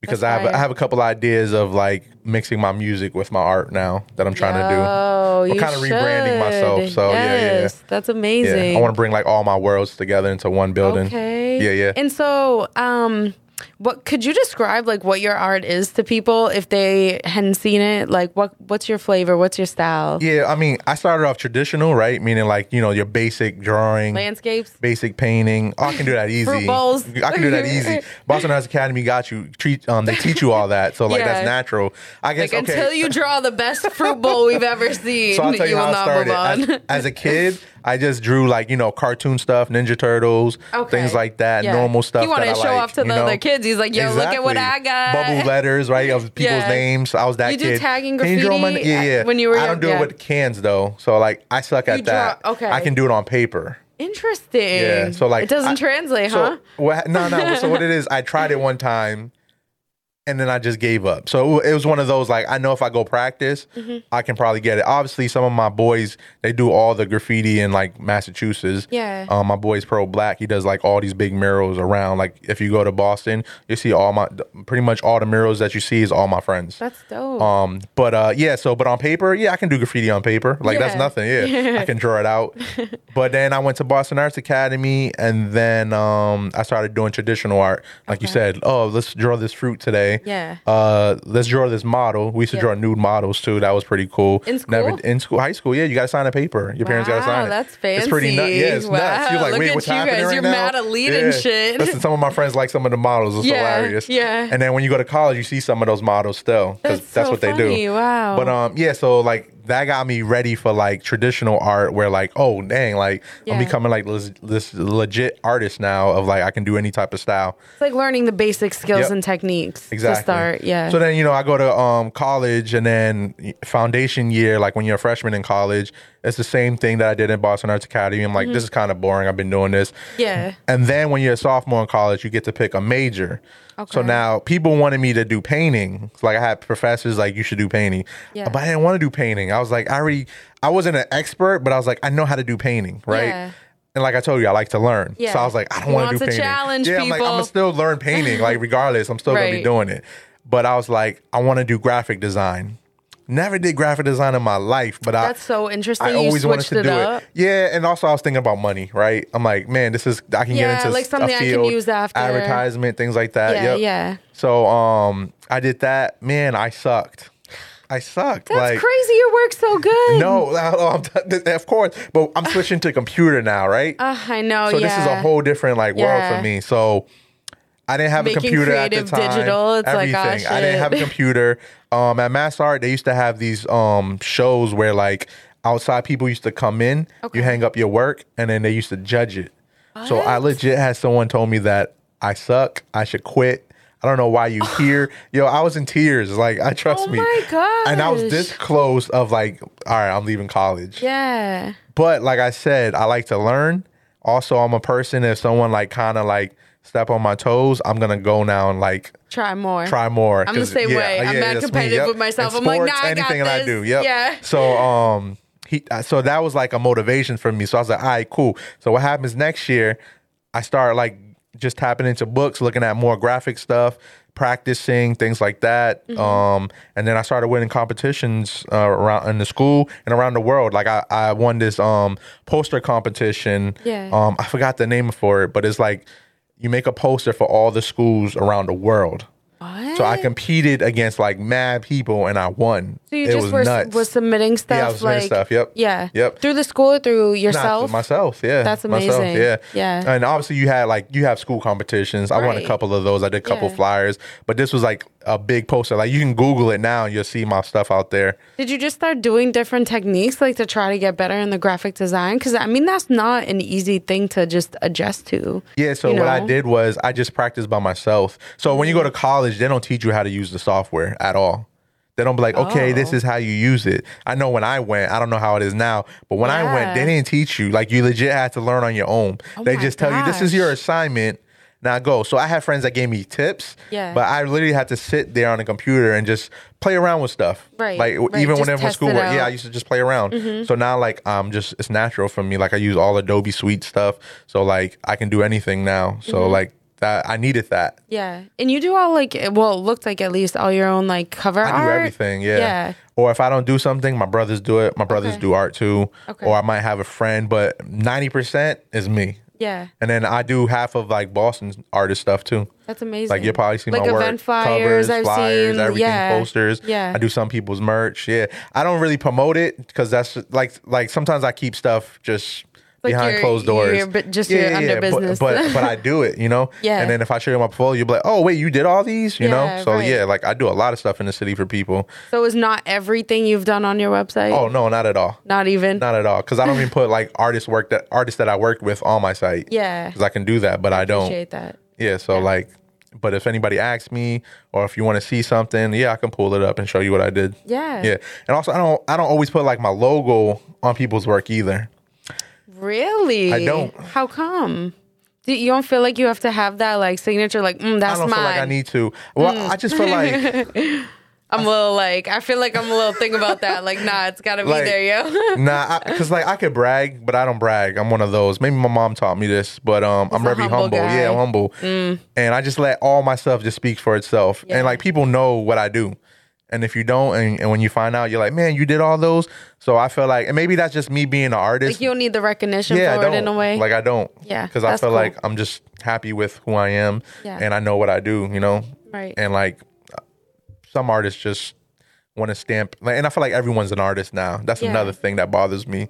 because That's I have fire. I have a couple ideas of like mixing my music with my art now that I'm trying to do. Oh, We're you kinda rebranding should. myself, so yeah, yeah, yeah. Yes, That's amazing. Yeah, I want to bring like all my worlds together into one building. Okay. Yeah, yeah. And so, um, what could you describe like what your art is to people if they hadn't seen it? Like, what what's your flavor? What's your style? yeah, I mean, I started off traditional, right? Meaning like, you know, your basic drawing. Landscapes. basic painting. Oh, I can do that easy. Fruit bowls. I can do that easy. Boston Arts Academy got you. Treat um, they teach you all that, so like Yeah. that's natural. I guess Like okay. until you draw the best fruit bowl we've ever seen, so I'll tell you, will how I not move started. on. As, as a kid, I just drew like you know cartoon stuff, Ninja Turtles, Okay. things like that, Yeah. normal stuff. He wanted that to I show like, off to you the know? other kids. He's like, "Yo, look at what I Exactly. got." Bubble letters, right, of people's Yeah. names. I was that You do kid. tag and Can you draw my- graffiti yeah, yeah. when you were I young? don't do Yeah. it with cans though, so like I suck at You draw- that. okay. I can do it on paper. Interesting. Yeah. So like it doesn't I- translate, so huh? What, no, no. So what it is, I tried it one time, and then I just gave up. So it was one of those like I know if I go practice, Mm-hmm. I can probably get it. Obviously, some of my boys they do all the graffiti in like Massachusetts. Yeah. Um, my boy's pro black. He does like all these big murals around. Like if you go to Boston, you see all my pretty much all the murals that you see is all my friends. That's dope. Um, but uh, yeah, so but on paper, yeah, I can do graffiti on paper. Like that's Yeah. nothing. Yeah, I can draw it out. but then I went to Boston Arts Academy, and then um, I started doing traditional art. Like you said, oh, let's draw this fruit today. Yeah. Uh, let's draw this model. We used to Yeah. draw nude models too. That was pretty cool. In school? in school, high school. Yeah, you got to sign a paper. Your parents got to Wow, sign it. that's It's pretty nuts. fancy. Yeah, it's nuts. You're Wow, like, look wait, at what's you happening guys. right You're now? mad at lead and Yeah. shit. Listen, some of my friends like some of the models. It's Yeah, hilarious. yeah. And then when you go to college, you see some of those models still because that's, That's so what they funny. do. Wow. But um, yeah. So like that got me ready for like traditional art, where like, oh dang, like Yeah. I'm becoming like this, this legit artist now. Of like, I can do any type of style. it's like learning the basic skills Yep. and techniques Exactly. to start. Yeah. So then you know I go to um college and then foundation year, like when you're a freshman in college, It's the same thing that I did in Boston Arts Academy. I'm like, this is kind of boring. I've been doing this. Mm-hmm. Yeah. And then when you're a sophomore in college, you get to pick a major. So Okay. now people wanted me to do painting. Like I had professors like you should do painting. Yeah. But I didn't want to do painting. I was like, I already I wasn't an expert, but I was like, I know how to do painting, right? Yeah. And like I told you, I like to learn. Yeah. So I was like, I don't He want to wants do a painting. challenge, yeah, I'm like, I'm people. gonna still learn painting, like regardless. I'm still gonna be Right. doing it. But I was like, I want to do graphic design. Never did graphic design in my life, but I That's so interesting. uh, I You always wanted switched to it do up. it. Yeah, and also I was thinking about money, right? I'm like, man, this is I can Yeah, get into like s- a something I can field, use after. advertisement, things like that. Yeah, Yep. yeah. So um, I did that. Man, I sucked. I sucked. That's like, crazy. Your work's so good. No, no, I'm- of course, but I'm switching to computer now, right? Ah, I know. so yeah. this is a whole different like world Yeah. for me. So I didn't have Making a computer at the creative time. digital, it's like, everything. ah, I didn't shit. have a computer. Um, at Mass Art, they used to have these um shows where like outside people used to come in, Okay. you hang up your work, and then they used to judge it. So I legit had someone told me that I suck. I should quit. I don't know why you here. Yo, I was in tears. Like I trust Oh me. my And I was gosh. this close of like, all right, I'm leaving college. Yeah. But like I said, I like to learn. Also, I'm a person. If someone like kind of like step on my toes, I'm gonna go now and like Try more. try more. I'm the 'cause, same way. I'm mad that's me, competitive with myself. In I'm like, sports, nah, I got anything that I this. do. Yep. Yeah. So um, he uh, so that was like a motivation for me. So I was like, all right, cool. So what happens next year? I start like just tapping into books, looking at more graphic stuff, practicing things like that. Mm-hmm. Um, and then I started winning competitions uh, around in the school and around the world. Like I, I won this um poster competition. Yeah. Um, I forgot the name for it, but it's like you make a poster for all the schools around the world. What? So I competed against like mad people and I won. Eh. So you it just was were nuts. was submitting stuff. I was submitting like, stuff, yep. Yeah. Yep. Through the school, or through Nah, yourself. myself, yeah. That's Myself, amazing. yeah. Yeah. And obviously you had like you have school competitions. I won a Right. couple of those. I did a couple Yeah. flyers, but this was like a big poster. Like you can Google it now and you'll see my stuff out there. Did you just start doing different techniques, like to try to get better in the graphic design? Because I mean, that's not an easy thing to just adjust to. Yeah, so you what I know? Mm-hmm. did was I just practiced by myself. So when you go to college, they don't teach you how to use the software at all. They don't be like, okay, this Oh. is how you use it. I know when I went, I don't know how it is now, but when I went, they Yeah. Oh didn't teach you. Like you legit had to learn on your own. they my just tell you this is gosh. your assignment. Now go. So I had friends that gave me tips, Yeah. but I literally had to sit there on a computer and just play around with stuff. Right, Like right, even just when it was test it schoolwork, yeah, I out. Mm-hmm. used to just play around. So now like um just it's natural for me. Like I use all Adobe Suite stuff. So like I can do anything now. So Mm-hmm. like that I needed that. Yeah, and you do all like it- well, it looked like at least all your own like cover I art. do everything, yeah. Yeah. Or if I don't do something, my brothers do it. My brothers Okay. do art too. Okay. Or I might have a friend, but ninety percent is me. Yeah, And then I do half of like Boston's artist stuff too. that's amazing. Like you'll probably see like my work, event flyers. covers, I've flyers, seen. everything, yeah. posters. Yeah, I do some people's merch. Yeah, I don't really promote it because that's like like sometimes I keep stuff just Like behind your- closed doors. your- but just your under but- business. But, but I do it, you know. Yeah. And then if I show you my portfolio, you'll be like, oh wait, you did all these, you know. Yeah, So right. yeah, like I do a lot of stuff in the city for people. So it's not everything you've done on your website. Oh no, not at all. not even. Not at all, because I don't even put like artist work that artists that I worked with on my site. Yeah. because I can do that, but I don't. Appreciate that. Yeah, so like, but if anybody asks me or if you want to see something, yeah, I can pull it up and show you what I did. Yeah. yeah, and also I don't I don't always put like my logo on people's work either. Really? I don't. How come? Do you don't feel like you have to have that like signature? Like mm, I that's don't mine. Mm. feel like I need to. Well, I just feel like I'm a little like I feel like I'm a little thing about that. Like nah, it's gotta be Like- there, yo. nah, because like I could brag, but I don't brag. I'm one of those. Maybe my mom taught me this, but um, I'm a very humble. humble guy. Mm. Yeah, I'm humble, and I just let all my stuff just speak for itself. Yeah. And like people know what I do. And if you don't, and, and when you find out, you're like, man, you did all those. So I feel like, and maybe that's just me being an artist. like you don't need the recognition yeah, for I it don't. in a way. Like I don't. Yeah, Because I feel that's cool. like I'm just happy with who I am, Yeah. and I know what I do. You know. Right. And like, some artists just want to stamp. Like, and I feel like everyone's an artist now. That's Yeah. another thing that bothers me.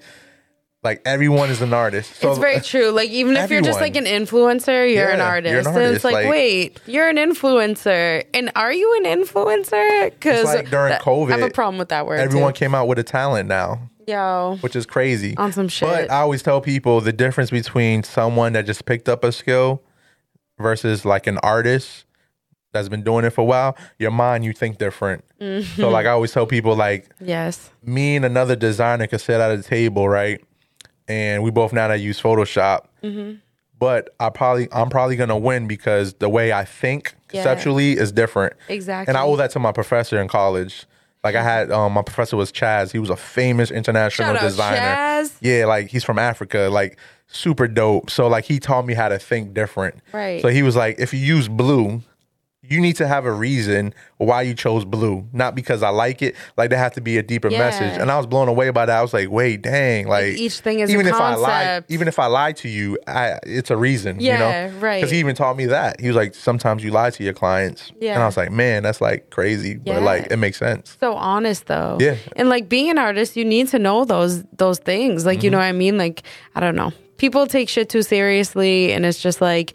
Like everyone is an artist. So uh, it's very true. Like even if you're just like an everyone- influencer, you're an Yeah, artist. you're an And artist, it's like, like- wait, you're an influencer, and are you an influencer? Because like during I have a COVID, problem with that word. everyone too. came out with a talent now. yo, which is crazy. On some But shit. I always tell people the difference between someone that just picked up a skill versus like an artist that's been doing it for a while, your mind you think different. Mm-hmm. So like I always tell people like Yes. me and another designer could sit at a table, right? And we both know how to use Photoshop. Mm-hmm. But I probably I'm probably gonna win because the way I think Yeah. conceptually is different. Exactly. Mm-hmm. And I owe that to my professor in college. Like I had um, my professor was Chaz. He was a famous international Shout out designer. Chaz. Yeah, like he's from Africa, like super dope. So like he taught me how to think different. Right. So he was like, if you use blue, you need to have a reason why you chose blue, not because I like it. Like there has to be a deeper Yeah. message. And I was blown away by that. I was like, wait, dang, like, each thing is a even if I lie, concept. even if I lie to you, I it's a reason. Yeah, you know? right. Because he even taught me that. He was like, sometimes you lie to your clients. And Yeah. I was like, man, that's like crazy, Yeah. but like it makes sense. so honest though. Yeah. And like being an artist, you need to know those those things. Mm-hmm. Like you know what I mean? Like I don't know. People take shit too seriously and it's just like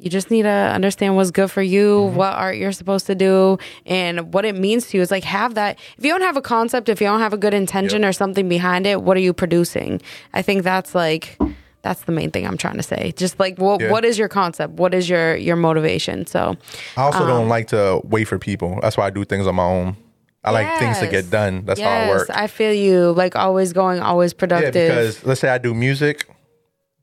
you just need to understand what's good for you, Mm-hmm. what art you're supposed to do, and what it means to you. It's like have that. If you don't have a concept, if you don't have a good intention or something behind it, what are you producing? I think that's like that's the main thing I'm trying to say. Just like what Yeah. what is your concept? What is your your motivation? So I also Um, don't like to wait for people. That's why I do things on my own. I like things to Yes. get done. That's how I work. I feel you. Like always going, always yeah, productive. because let's say I do music,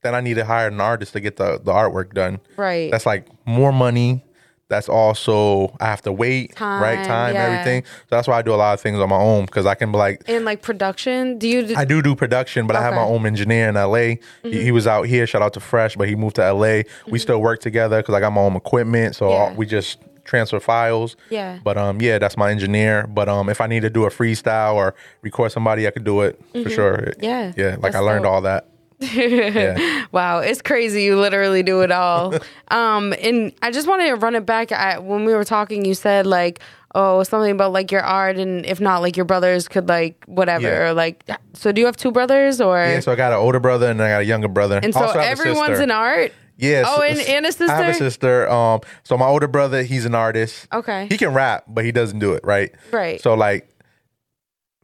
then I need to hire an artist to get the, the artwork done. Right. That's like more money. That's also I have to wait, right? Time, Time, yeah. everything. So that's why I do a lot of things on my own because I can be like, and like production, do you? Do, I do do production, but I have my Okay. Mm-hmm. own engineer in LA. He, he was out here. Shout out to Fresh, but he moved to LA. We still work together because I got my own equipment, so uh, Yeah. we just transfer files. Yeah. But um, yeah, that's my engineer. But um, if I need to do a freestyle or record somebody, I could do it for sure. Mm-hmm. Yeah. Yeah. Like That's I learned dope. all that. yeah. wow, it's crazy. You literally do it all. um, and I just wanted to run it back. I, when we were talking, you said like, oh, something about like your art, and if not, like your brothers could like whatever, Yeah. or like. So do you have two brothers or? Yeah, so I got an older brother and I got a younger brother. and so Also have a everyone's sister. in art. Yes. Oh, and- and I have a sister? a sister. Um, so my older brother, he's an artist. Okay. He can rap, but he doesn't do it right. Right. So like,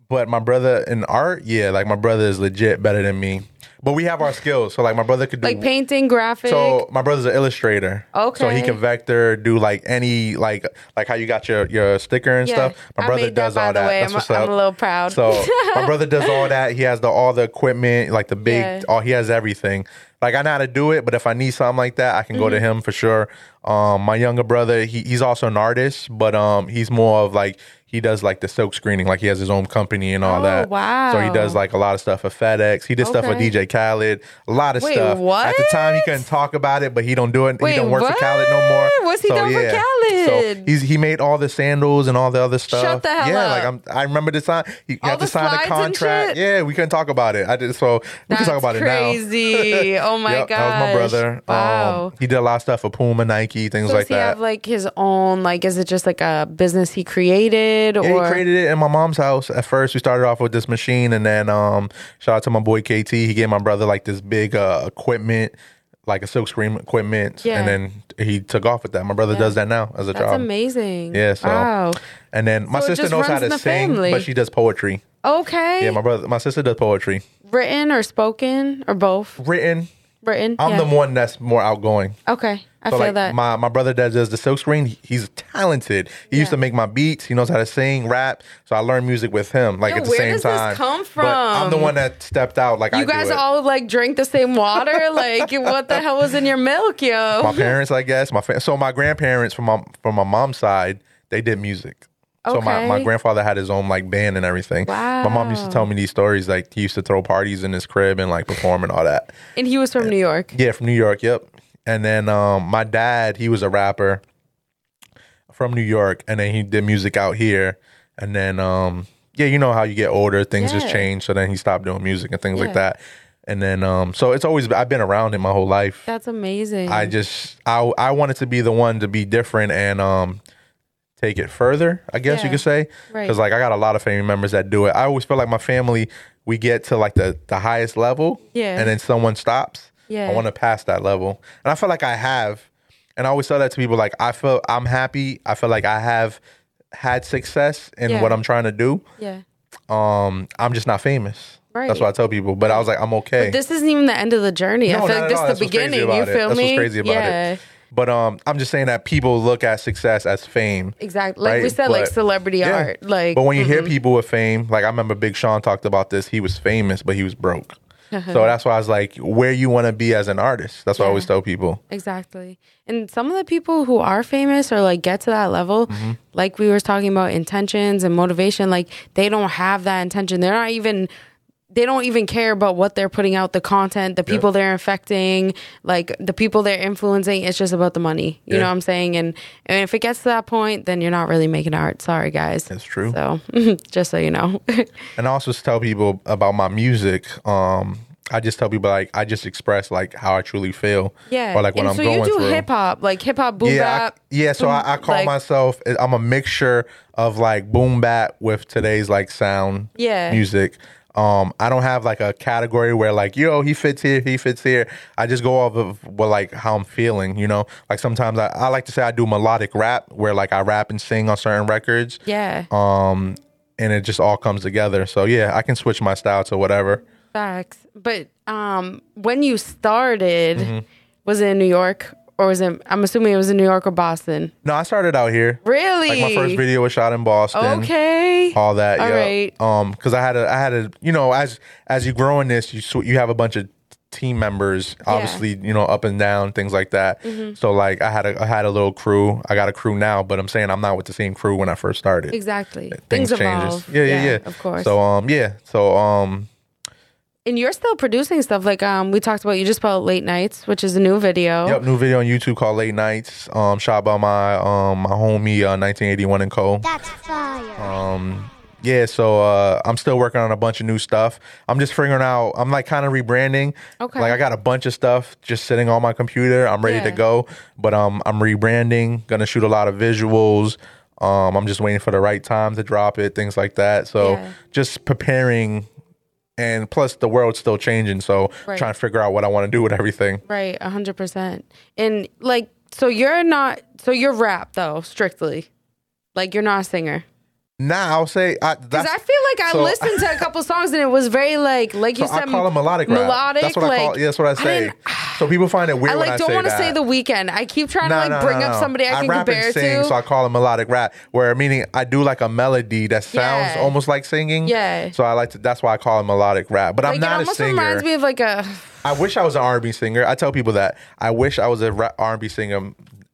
but my brother in art, yeah, like my brother is legit better than me. But we have our skills. So like my brother could do Like painting, graphic. so my brother's an illustrator. So Okay. he can vector, do like any like like how you got your your sticker and Yeah. stuff. My I brother made that, does by all the that. way. That's I'm- what's I'm up. a little proud. So my brother does all that. He has the all the equipment, like the big. Yeah. All he has everything. Like I know how to do it, but if I need something like that, I can go to Mm-hmm. him for sure. Um, my younger brother, he, he's also an artist, but um, he's more of like he does like the silk screening, like he has his own company and all Oh, that. So he wow. does like a lot of stuff for FedEx. He did stuff for Okay. DJ Khaled, a lot of Wait, stuff. At the time, he what? couldn't talk about it, but he don't do it. Wait, he don't work for Khaled no more. what? What's he done for So Khaled? he's he made all the sandals and all the other stuff. the hell yeah, up. like I'm I remember the time he All had to the sign a slides and contract. shit? Yeah, we couldn't talk about it. I did so we That's can talk about it now. crazy. Oh my Yep, god. that was my brother. Um, Wow. he did a lot of stuff for Puma, Nike, things So like does he that. have like his own like is it just like a business he created or Yeah, he created it in my mom's house. At first, we started off with this machine, and then um, shout out to my boy KT. He gave my brother like this big uh, equipment, like a silk screen equipment, Yeah. and then he took off with that. My brother does that now as a That's job. amazing. Yeah, so wow. and then my So it sister just knows how runs in to the sing, family. but she does poetry. Okay. Yeah, my brother, my sister does poetry. Written or spoken or both? Written. Written. I'm yeah. the one that's more outgoing. Okay. I So feel like that. my my brother that does the silk screen. he- He's talented. He used Yeah. to make my beats. He knows how to sing, rap. So I learned music with him. Like Yo, at the where same does this time. come But I'm the from? one that stepped out. Like I you do guys it. all like drink the same water? like what the hell was in your milk, yo? my parents, I guess. My fa- so my grandparents from my from my mom's side, they did music. So my, my Okay. grandfather had his own like band and everything. My mom used to Wow. tell me these stories. Like he used to throw parties in his crib and like perform and all that. and he was from New York. Yeah, from New York. Yep. And then um, my dad, he was a rapper from New York, and then he did music out here. And then um, yeah, you know how you get older, things just Yeah. change. So then he stopped doing music and things like Yeah. that. And then um, so it's always I've been around him my whole life. That's amazing. I just I I wanted to be the one to be different and um take it further. I guess you Yeah. could say Right. because like I got a lot of family members that do it. I always feel like my family we get to like the the highest level, Yeah. and then someone stops. Yeah. I want to pass that level, and I feel like I have. And I always tell that to people like I feel I'm happy. I feel like I have had success in Yeah. what I'm trying to do. yeah. Um, I'm just not famous. That's Right. what I tell people. But I was like, I'm okay. This isn't even the end of the journey. I No, not feel like at this all. is That's the what's crazy beginning. about You it. feel That's me? what's crazy about it. yeah. But um, I'm just saying that people look at success as fame. Exactly. Like we said, like, celebrity art, like- mm-hmm. but when you hear people with fame, like I remember Big Sean talked about this. He was famous, but he was broke. Uh-huh. So that's why I was like, where you want to be as an artist. That's what I always tell people. Exactly. And some of the people who are famous or like get to that level, Mm-hmm. like we were talking about intentions and motivation, like they don't have that intention. They're not even they don't even care about what they're putting out, the content, the people they're infecting, like the people they're influencing. It's just about the money. You know Yeah. what I'm saying? And and if it gets to that point, then you're not really making art. Sorry guys. That's true. So just so you know. and I also tell people about my music. Um, I just tell people like I just express like how I truly feel. yeah. Or like what and I'm so going you do through. hip hop, like hip hop boom yeah, bap. I, yeah. So I, I call like- myself I'm a mixture of like boom bap with today's like sound Yeah. music. Um, I don't have like a category where like yo he fits here, he fits here. I just go off of what like how I'm feeling, you know. Like sometimes I, I like to say I do melodic rap where like I rap and sing on certain records. Yeah. Um, and it just all comes together. So yeah, I can switch my style to whatever. Facts. But um, when you started, Mm-hmm. was it in New York or was it? I'm assuming it was in New York or Boston. No, I started out here. Really? Like my first video was shot in Boston. Okay. all that. All yeah. right. Um, because I had a, I had a, you know, as as you grow in this, you sw- you have a bunch of team members, obviously, you know, up and down, things like that. Mm-hmm. So like, I had a, I had a little crew. I got a crew now, but I'm saying I'm not with the same crew when I first started. Exactly. Things, changes. evolve. Yeah, yeah, yeah. Of course. So um, yeah. So um, and you're still producing stuff like um we talked about. You just put out late nights, which is a new video. yep. New video on YouTube called Late Nights. Um, shot by my um my homie uh, 1981 and Co. That's fire. Yeah, so uh, I'm still working on a bunch of new stuff. I'm just figuring out. I'm like kind of rebranding. Okay. Like I got a bunch of stuff just sitting on my computer. I'm ready to Yeah. go, but um, I'm rebranding. Gonna shoot a lot of visuals. Um, I'm just waiting for the right time to drop it. Things like that. So Yeah. just preparing, and plus the world's still changing. So Right. trying to figure out what I want to do with everything. Right. A hundred percent. And like, so you're not. So you're rap though, strictly. Like you're not a singer. Nah, I'll say I, Because that's I feel like I so- listened to a couple songs and it was very like like you So said I call it melodic rap. melodic. that's what I call. like, Yeah, that's what I say. didn't- so people find it weird I when like I don't say want to that. say the weekend. I keep trying to like bring up somebody I, can rap compare and sing, to. So I call it melodic rap, where meaning I do like a melody that sounds Yeah. almost like singing. Yeah. So I like to. That's why I call it melodic rap. But like I'm it not a almost singer. reminds me of like a I wish I was an R&B singer. I tell people that. I wish I was a ra- R&B singer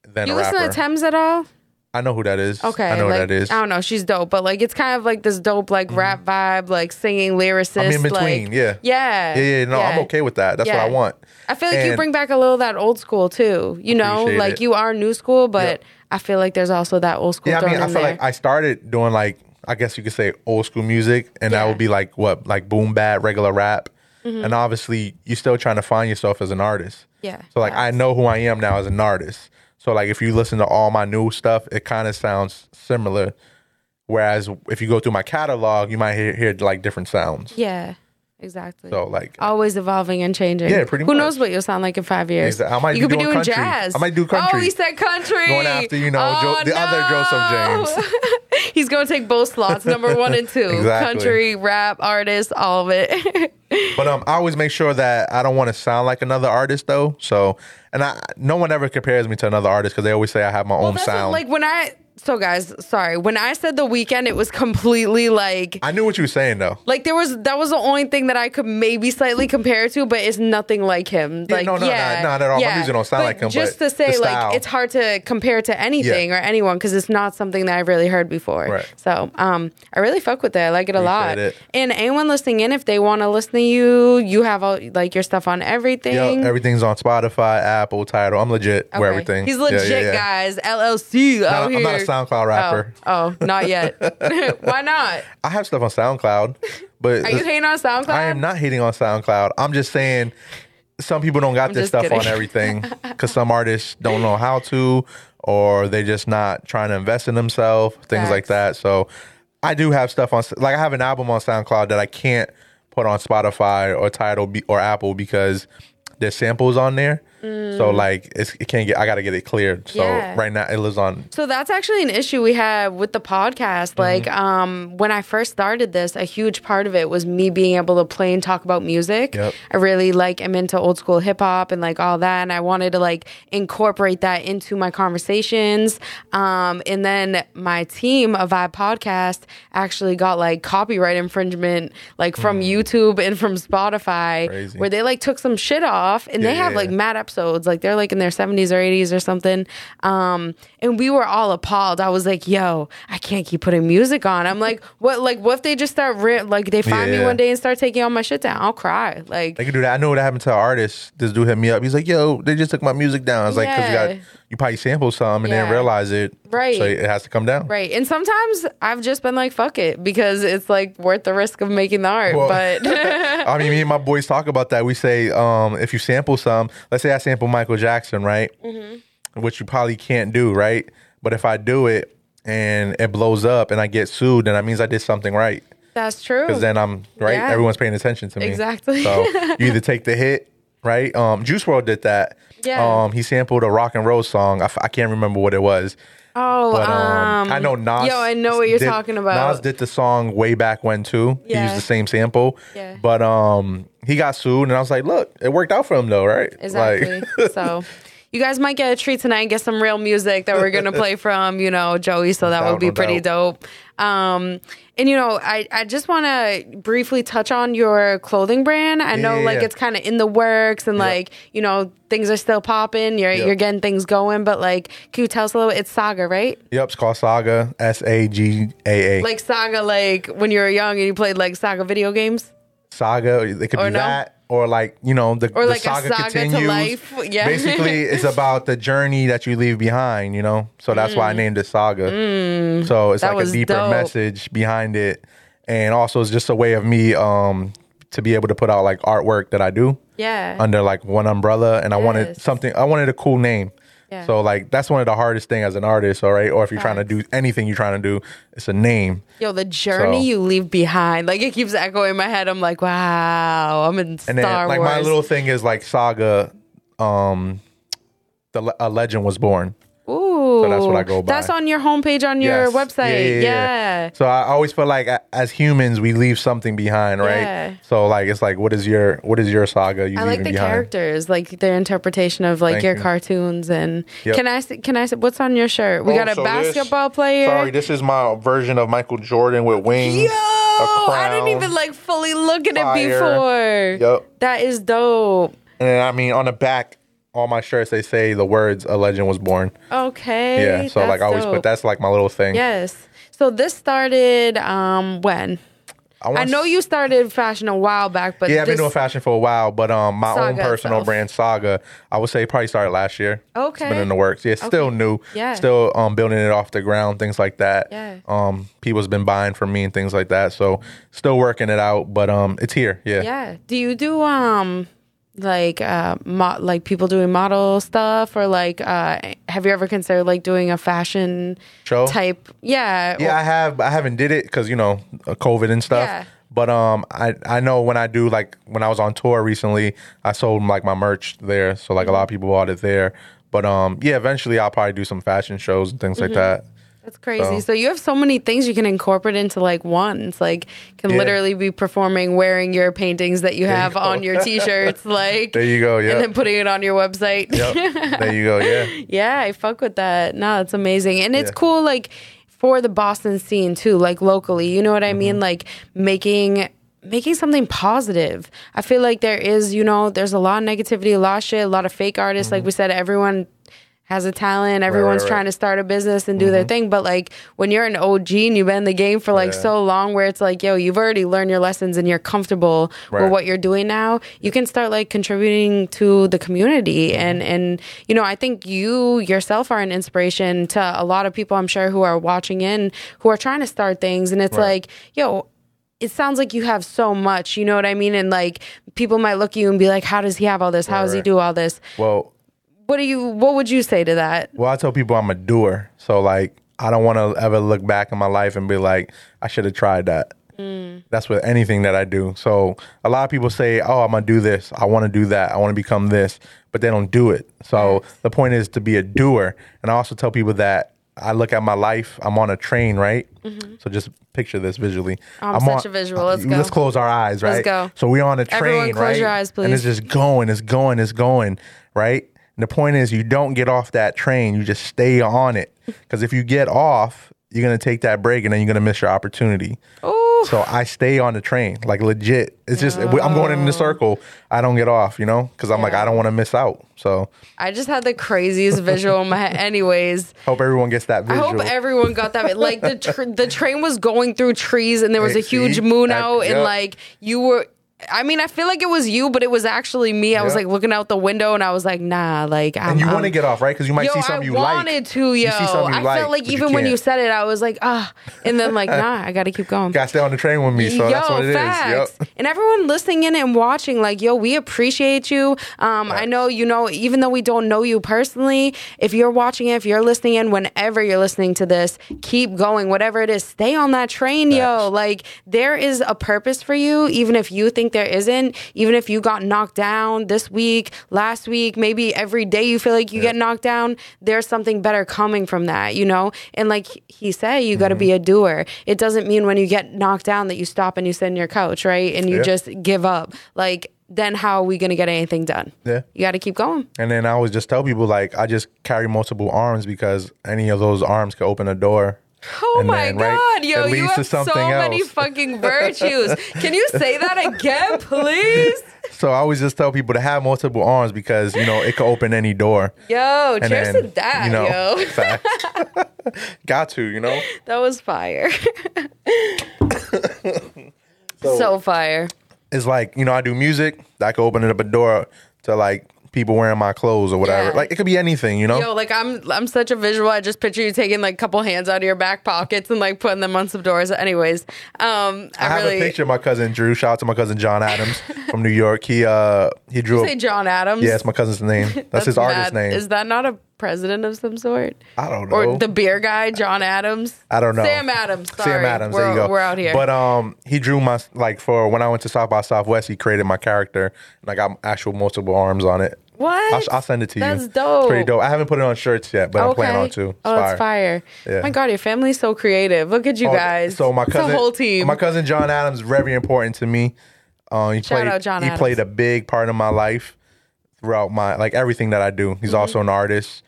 than you a listen rapper. to Thames at all? I know who that is. Okay. I know like, who that is. Mm-hmm. I don't know, she's dope, but like it's kind of like this dope like rap vibe, like singing lyricist. I'm in between. like, yeah. Yeah. Yeah. Yeah. No, I'm okay with that. That's Yeah. what I want. I feel like you And- bring back a little of that old school too. You know? Appreciate Like it. you are new school, but I feel like there's also that old school. Yeah, I thrown mean, I in feel there. like I started doing like I guess you could say old school music, and Yeah. Mm-hmm. that would be like what like boom bap, regular rap, and obviously you're still trying to find yourself as an artist. Yeah, So like I know who I am now as an artist. So like if you listen to all my new stuff, it kind of sounds similar. Whereas if you go through my catalog, you might hear, hear like different sounds. Yeah, exactly. So like Always evolving and changing. Yeah, pretty Who much. knows what you'll sound like in five years? Exa- I might you could be be doing doing country. jazz. I might do country. Oh, he said country. Going after, you know, Jo- the other Joseph James. He's going to take both slots, number one and two. Exactly. Country, rap, artist, all of it. But um, I always make sure that I don't want to sound like another artist, though. So, and I no one ever compares me to another artist because they always say I have my own That's what- sound. like when I, so guys, sorry. When I said the weekend, it was completely like. I knew what you were saying, though. like there was that was the only thing that I could maybe slightly compare it to, but it's nothing like him. Yeah, Like, no, no, yeah, no, not at all. My yeah. music don't sound But like him, Just but to say, the style. like it's hard to compare to anything or anyone because it's not something that I've really heard before. Right. So, um, I really fuck with it. I like it a lot. Appreciate it. And anyone listening in, if they want to listen to you, you have all like your stuff on Yeah, everything. everything's on Spotify, Apple, Title. I'm legit Okay. where everything. He's Yeah, yeah, legit, yeah. guys. LLC Not- out I'm not a here. SoundCloud rapper. Oh, oh, not yet. Why not? I have stuff on SoundCloud, but Are you hating on SoundCloud? I am not hating on SoundCloud. I'm just saying some people don't got this just stuff on kidding. everything because some artists don't know how to, or they just not trying to invest in themselves, things like that. So I do have stuff on, like I have an album on SoundCloud that I can't put on Spotify or Tidal be- or Apple because there's samples on there. So like it's, it can't get. I gotta get it cleared. So Mm. Yeah. right now it lives on. So that's actually an issue we have with the Mm-hmm. podcast. Like, um, when I first started this, a huge part of it was me being able to play and talk about music. Yep. I really like am into old school hip hop and like all that, and I wanted to like incorporate that into my conversations. Um, and then my team of Vibe Podcast actually got like copyright infringement, like from YouTube and from Spotify, Mm. Crazy. where they like took some shit off, and they Yeah, have yeah, like yeah. mad episodes. Like they're like in their 70s or 80s or something. Um, and we were all appalled. I was like, yo, I can't keep putting music on. I'm like, what, like, what if they just start, ri- like, they find me Yeah. one day and start taking all my shit down? I'll cry. Like, They can do that. I know what happened to an artist. This dude hit me up. He's like, "Yo, they just took my music down." I was like, "Cause you Yeah. got you probably sampled some and Yeah. didn't realize it, Right. So it has to come down." right. And sometimes I've just been like, fuck it, because it's like worth the risk of making the art. Well- but I mean, me and my boys talk about that. We say um, if you sample some, let's say I sample Michael Jackson, right? Mm-hmm. Which you probably can't do, right? But if I do it and it blows up and I get sued, then that means I did something right. that's true. Because then I'm right. Oh, Yeah. Everyone's paying attention to me. Exactly. So you either take the hit, right? Um, Juice World did that. Yeah. Um, he sampled a rock and roll song. I, f- I can't remember what it was. oh, But um, um, I know Nas. Yo, I know what you're did- talking about. Nas did the song way back when too. He Yeah. used the same sample. Yeah. But um, he got sued, and I was like, look, it worked out for him though, right? Exactly. Like, so you guys might get a treat tonight and get some real music that we're gonna play from, you know, Joey. So that doubt, would be no pretty dope. Um and you know, I, I just wanna briefly touch on your clothing brand. I know Yeah, yeah, like yeah. it's kinda in the works and like, you know, things are still popping, you're Yep. you're getting things going, but like can you tell us a little it's saga, right? yep, it's called Saga. S A G A A. Like saga like when you were young and you played like saga video games? Saga. It could Or be no? that, or like you know the, the like a saga, saga to continues. life. Yeah. Basically, it's about the journey that you leave behind. You know, so that's why I named it Saga. So it's Mm. like That a was deeper dope. message behind it, and also it's just a way of me um to be able to put out like artwork that I do. Yeah. under like one umbrella and I wanted Yes. something I wanted a cool name. Yeah. So like that's one of the hardest thing as an artist, all right? Or if you're trying to do anything you're trying to do, it's a name. Yo, the journey So- you leave behind, like it keeps echoing in my head. I'm like, wow, I'm in And Star then like Wars. my little thing is like Saga um the le- a legend was born. Ooh, So that's what I go by. That's on your homepage on your Yes. website. Yeah, So I always feel like a- as humans we leave something behind, right? Yeah. So like it's like what is your what is your saga you I like the leaving behind? characters, like their interpretation of like Thank your you. cartoons. And Yep. can I s- can I s- what's on your shirt? We Oh, got a so this- basketball player. Sorry, this is my version of Michael Jordan with wings. Yo, I crown. didn't even like fully look at Fire. it before. Yup. That is dope. And then, I mean, on the back, all my shirts they say the words "A Legend Was Born." Okay. yeah, so like that's I always dope. put that's like my little thing. Yes. So this started um when? wanna I know s- you started fashion a while back, but Yeah, I've been this- doing fashion for a while, but um, my own Saga personal itself. brand Saga, I would say probably started last year. it's Okay. been in the works. Yeah, it's still Okay. new. Yeah. still um building it off the ground, things like that. Yeah. um, people's been buying from me and things like that. So still working it out, but um, it's here. Yeah, Yeah. Do you do um like uh mo- like people doing model stuff or like uh have you ever considered like doing a fashion Show? type? Yeah. Yeah, or- I have. I haven't did it because you know uh, COVID and stuff. Yeah. But um, I I know when I do like when I was on tour recently, I sold like my merch there, so like a Mm-hmm. lot of people bought it there. But um, yeah, eventually I'll probably do some fashion shows and things like Mm-hmm. that. That's crazy. So. you have so many things you can incorporate into like one. It's like you can Yeah. literally be performing wearing your paintings that you have on your t-shirts like There you go. and Yeah. then putting it on your website. Yep. there you go. Yeah. Yeah, I fuck with that. No, it's amazing. And it's Yeah. cool, like, for the Boston scene too, like locally. You know what I Mm-hmm. mean? Like making making something positive. I feel like there is, you know, there's a lot of negativity, a lot of shit, a lot of fake artists. Like we said, everyone has a talent, everyone's Mm-hmm. right. trying to start a business and do their thing. But like when you're an OG and you've been in the game for like Mm-hmm. Yeah. so long where it's like, yo, you've already learned your lessons and you're comfortable with Right. what you're doing now, you can start like contributing to the community Mm-hmm. and and you know, I think you yourself are an inspiration to a lot of people I'm sure who are watching in who are trying to start things and it's like, yo, it sounds like you have so much, you know what I mean? And like people might look at you and be like, How does he have all this? How does he right. do all this? Well, What do you what would you say to that? well, I tell people I'm a doer, so like I don't want to ever look back in my life and be like I should have tried that. Mm. That's with anything that I do. So a lot of people say, "Oh, I'm gonna do this. I want to do that. I want to become this," but they don't do it. So the point is to be a doer. And I also tell people that I look at my life. I'm on a train, right? So just picture this visually. Mm-hmm. I'm such a visual. Let's go. Let's close our eyes, right? Let's go. So we're on a train, Everyone close right? your eyes, And it's please. just going, it's going, it's going, right? And the point is, you don't get off that train. You just stay on it. Because if you get off, you're gonna take that break, and then you're gonna miss your opportunity. Ooh. So I stay on the train, like legit. It's just I'm going in the circle. I don't get off, you know, because I'm like Oh. Yeah. I don't want to miss out. So I just had the craziest visual in my head. Anyways, hope everyone gets that I visual. hope everyone got that. Like the tr- the train was going through trees, and there was Hey, a huge see? moon That- out, and yep. like you were. I mean, I feel like it was you, but it was actually me. I was Yep. like looking out the window, and I was like, "Nah, like I'm." and you want to I'm- get off, right? Because you might Yo, see something I you like. wanted to, yo. You see something you I like, felt like but you even when you can't. said it, I was like, ah, and then like, nah, I gotta keep going. You gotta stay on the train with me. So yo, that's what it is. facts. Yep. And everyone listening in and watching, like, yo, we appreciate you. Um, I know, you know, even though we don't know you personally, if you're watching it, if you're listening in, whenever you're listening to this, keep going. Whatever it is, stay on that train, yo. Facts. Like, there is a purpose for you, even if you think there isn't, even if you got knocked down this week, last week, maybe every day you feel like you get knocked down, there's something better coming from that, you know? And like he said, you got to Mm-hmm. be a doer. It doesn't mean when you get knocked down that you stop and you sit in your couch, right? And you Yeah. just give up. Like, then how are we going to get anything done? Yeah. You got to keep going. And then I always just tell people like I just carry multiple arms because any of those arms could open a door. Oh And my then, God, right, yo, it you leads to have so something many else. fucking virtues. Can you say that again, please? So I always just tell people to have multiple arms because you know it could open any door. Yo, And cheers then, to that, you know, yo. facts. Got to, you know. That was fire. so, fire. It's like you know I do music that could open up a door to like people wearing my clothes or whatever. Yeah. Like it could be anything, you know. Yo, like I'm I'm such a visual. I just picture you taking like a couple hands out of your back pockets and like putting them on some doors. Anyways, um I, I have really a picture of my cousin Drew. Shout out to my cousin John Adams from New York. He uh he drew. say a, John Adams. yeah, it's my cousin's name. That's, his artist mad. name. Is that not a president of some sort? I don't know. Or the beer guy, John Adams? I don't know. Sam Adams. Sorry. Sam Adams. We're, there you go. We're out here. But um, he drew my like for when I went to South by Southwest. He created my character, and I got actual multiple arms on it. What? I'll, I'll send it to That's you. It's dope. pretty dope. I haven't put it on shirts yet, but I'm planning on to. It's Oh, it's fire. Yeah. My God, your family's so creative. Look at you Oh, guys. So my It's cousin, a whole team. my cousin John Adams, very important to me. Uh, he Shout played, out John he Adams. played a big part of my life throughout my like everything that I do. He's Mm-hmm. also an artist.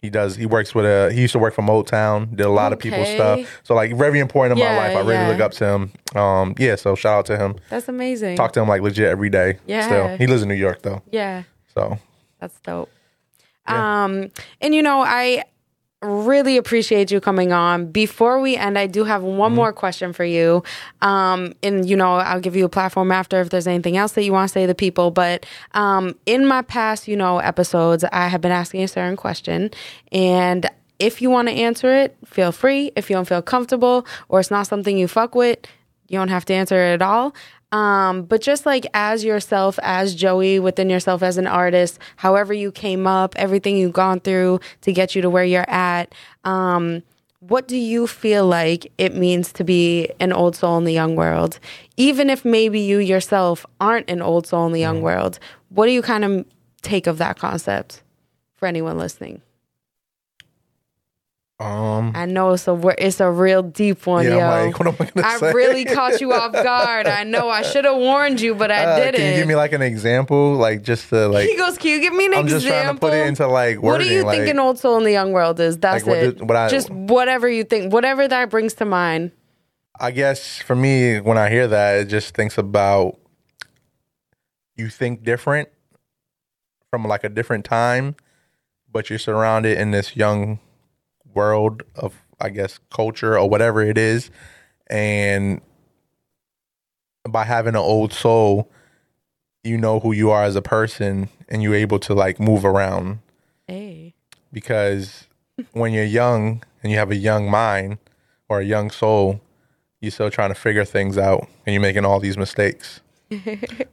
He does. He works with a. He used to work for Motown. Did a lot of people's Okay. stuff. So like very important in Yeah, my life. I really yeah. look up to him. Um, yeah. So shout out to him. That's amazing. Talk to him like legit every day. Yeah. Still, he lives in New York though. yeah. So That's dope. Um, and you know, I really appreciate you coming on. Before we end, I do have one more question for you. Um, and you know, I'll give you a platform after if there's anything else that you want to say to people. But um, in my past, you know, episodes, I have been asking a certain question, and if you want to answer it, feel free. If you don't feel comfortable, or it's not something you fuck with, you don't have to answer it at all. Um, but just like as yourself, as Joey, within yourself as an artist, however you came up, everything you've gone through to get you to where you're at, um, what do you feel like it means to be an old soul in the young world? Even if maybe you yourself aren't an old soul in the young world, what do you kind of take of that concept for anyone listening? um, I know it's a wor- it's a real deep one, yeah. I'm yo. like, what am I gonna I say? really caught you off guard. I know I should have warned you, but I Uh, didn't. Can you give me like an example, like just to like? he goes, "Can you give me an I'm example?" just trying to put it into like wording. what do you like, think an old soul in the young world is? That's Like, what it. did- what I- just whatever you think, whatever that brings to mind. I guess for me, when I hear that, it just thinks about you think different from like a different time, but you're surrounded in this young world of, I guess, culture or whatever it is. And by having an old soul, you know who you are as a person and you're able to like move around Hey, because when you're young and you have a young mind or a young soul, you're still trying to figure things out and you're making all these mistakes.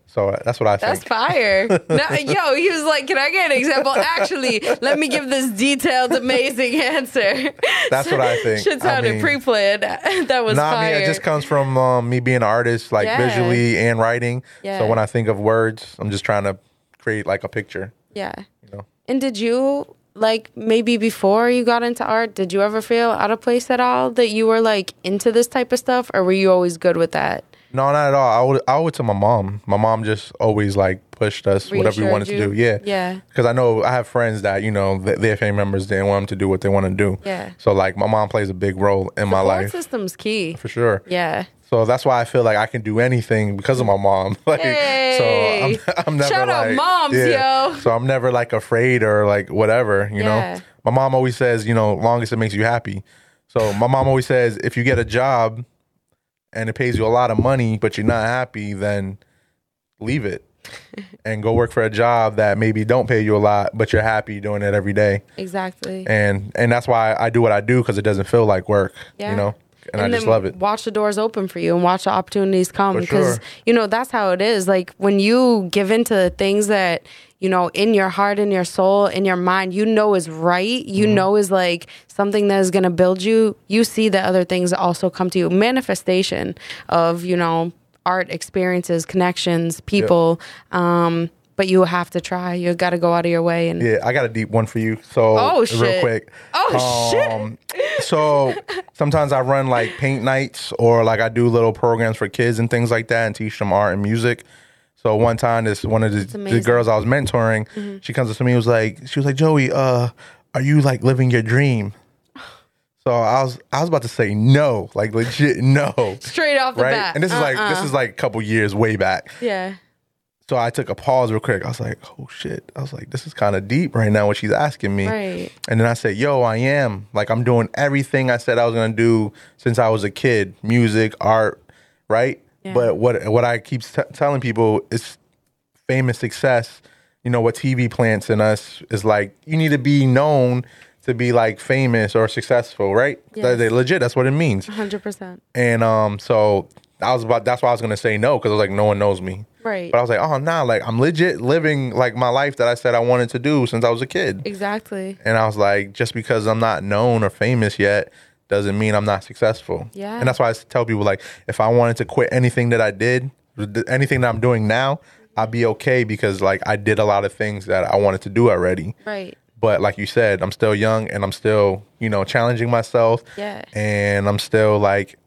So uh, that's what I That's think. fire. No, yo, he was like, Can I get an example? Actually, let me give this detailed, amazing answer. That's what I think. Shit I sounded mean- pre planned. that was Nah, I fire. mean, it just comes from um, me being an artist, like Yeah. visually and writing. Yeah. So when I think of words, I'm just trying to create like a picture. yeah. know. And did you, like, maybe before you got into art, did you ever feel out of place at all that you were, like, into this type of stuff? Or were you always good with that? No, not at all. I would I owe it to my mom. My mom just always like pushed us whatever we Reassured wanted you? to do. Yeah. Yeah. Because I know I have friends that you know th- their family members didn't want them to do what they want to do. Yeah. So like my mom plays a big role in my Support life system's key. for sure. Yeah. So that's why I feel like I can do anything because of my mom. Like, Hey. so I'm, I'm never Shout out like, moms, yo. So I'm never like afraid or like whatever, you Yeah. know. My mom always says, you know, longest it makes you happy. So my mom always says, if you get a job and it pays you a lot of money, but you're not happy, then leave it and go work for a job that maybe don't pay you a lot, but you're happy doing it every day. Exactly. And and that's why I do what I do because it doesn't feel like work, Yeah. you know. And, I just love it. Watch the doors open for you and watch the opportunities come For because sure. you know that's how it is. Like when you give into the things that you know in your heart, in your soul, in your mind, you know is right. You Mm-hmm. know is like something that is going to build you. You see that other things also come to you. Manifestation of you know art experiences, connections, people. Um, but you have to try. You got to go out of your way and. Yeah, I got a deep one for you. So Oh, shit. real quick. Oh, shit. shit. So sometimes I run like paint nights or like I do little programs for kids and things like that and teach them art and music. So one time this one of the, the amazing. Mm-hmm. girls I was mentoring, she comes up to me and was like she was like, Joey, uh, are you like living your dream? So I was I was about to say no, like legit no. Straight off the Right? bat. Uh-uh. And this is like this is like a couple years way back. Yeah. So I took a pause real quick. I was like, oh shit. I was like, this is kind of deep right now what she's asking me. Right. And then I said, yo, I am. Like, I'm doing everything I said I was going to do since I was a kid music, art, right? But what what I keep t- telling people is fame and success, you know, what TV plants in us is like, you need to be known to be like famous or successful, right? Yes. They, legit, that's what it means. 100%. And um, so I was about that's why I was gonna say no because I was like, no one knows me. Right. But I was like, oh nah, like I'm legit living like my life that I said I wanted to do since I was a kid. Exactly. And I was like, just because I'm not known or famous yet doesn't mean I'm not successful. Yeah. And that's why I tell people like, if I wanted to quit anything that I did, th- anything that I'm doing now, I'd be okay because like I did a lot of things that I wanted to do already. Right. But like you said, I'm still young and I'm still, you know, challenging myself. Yeah. And I'm still like,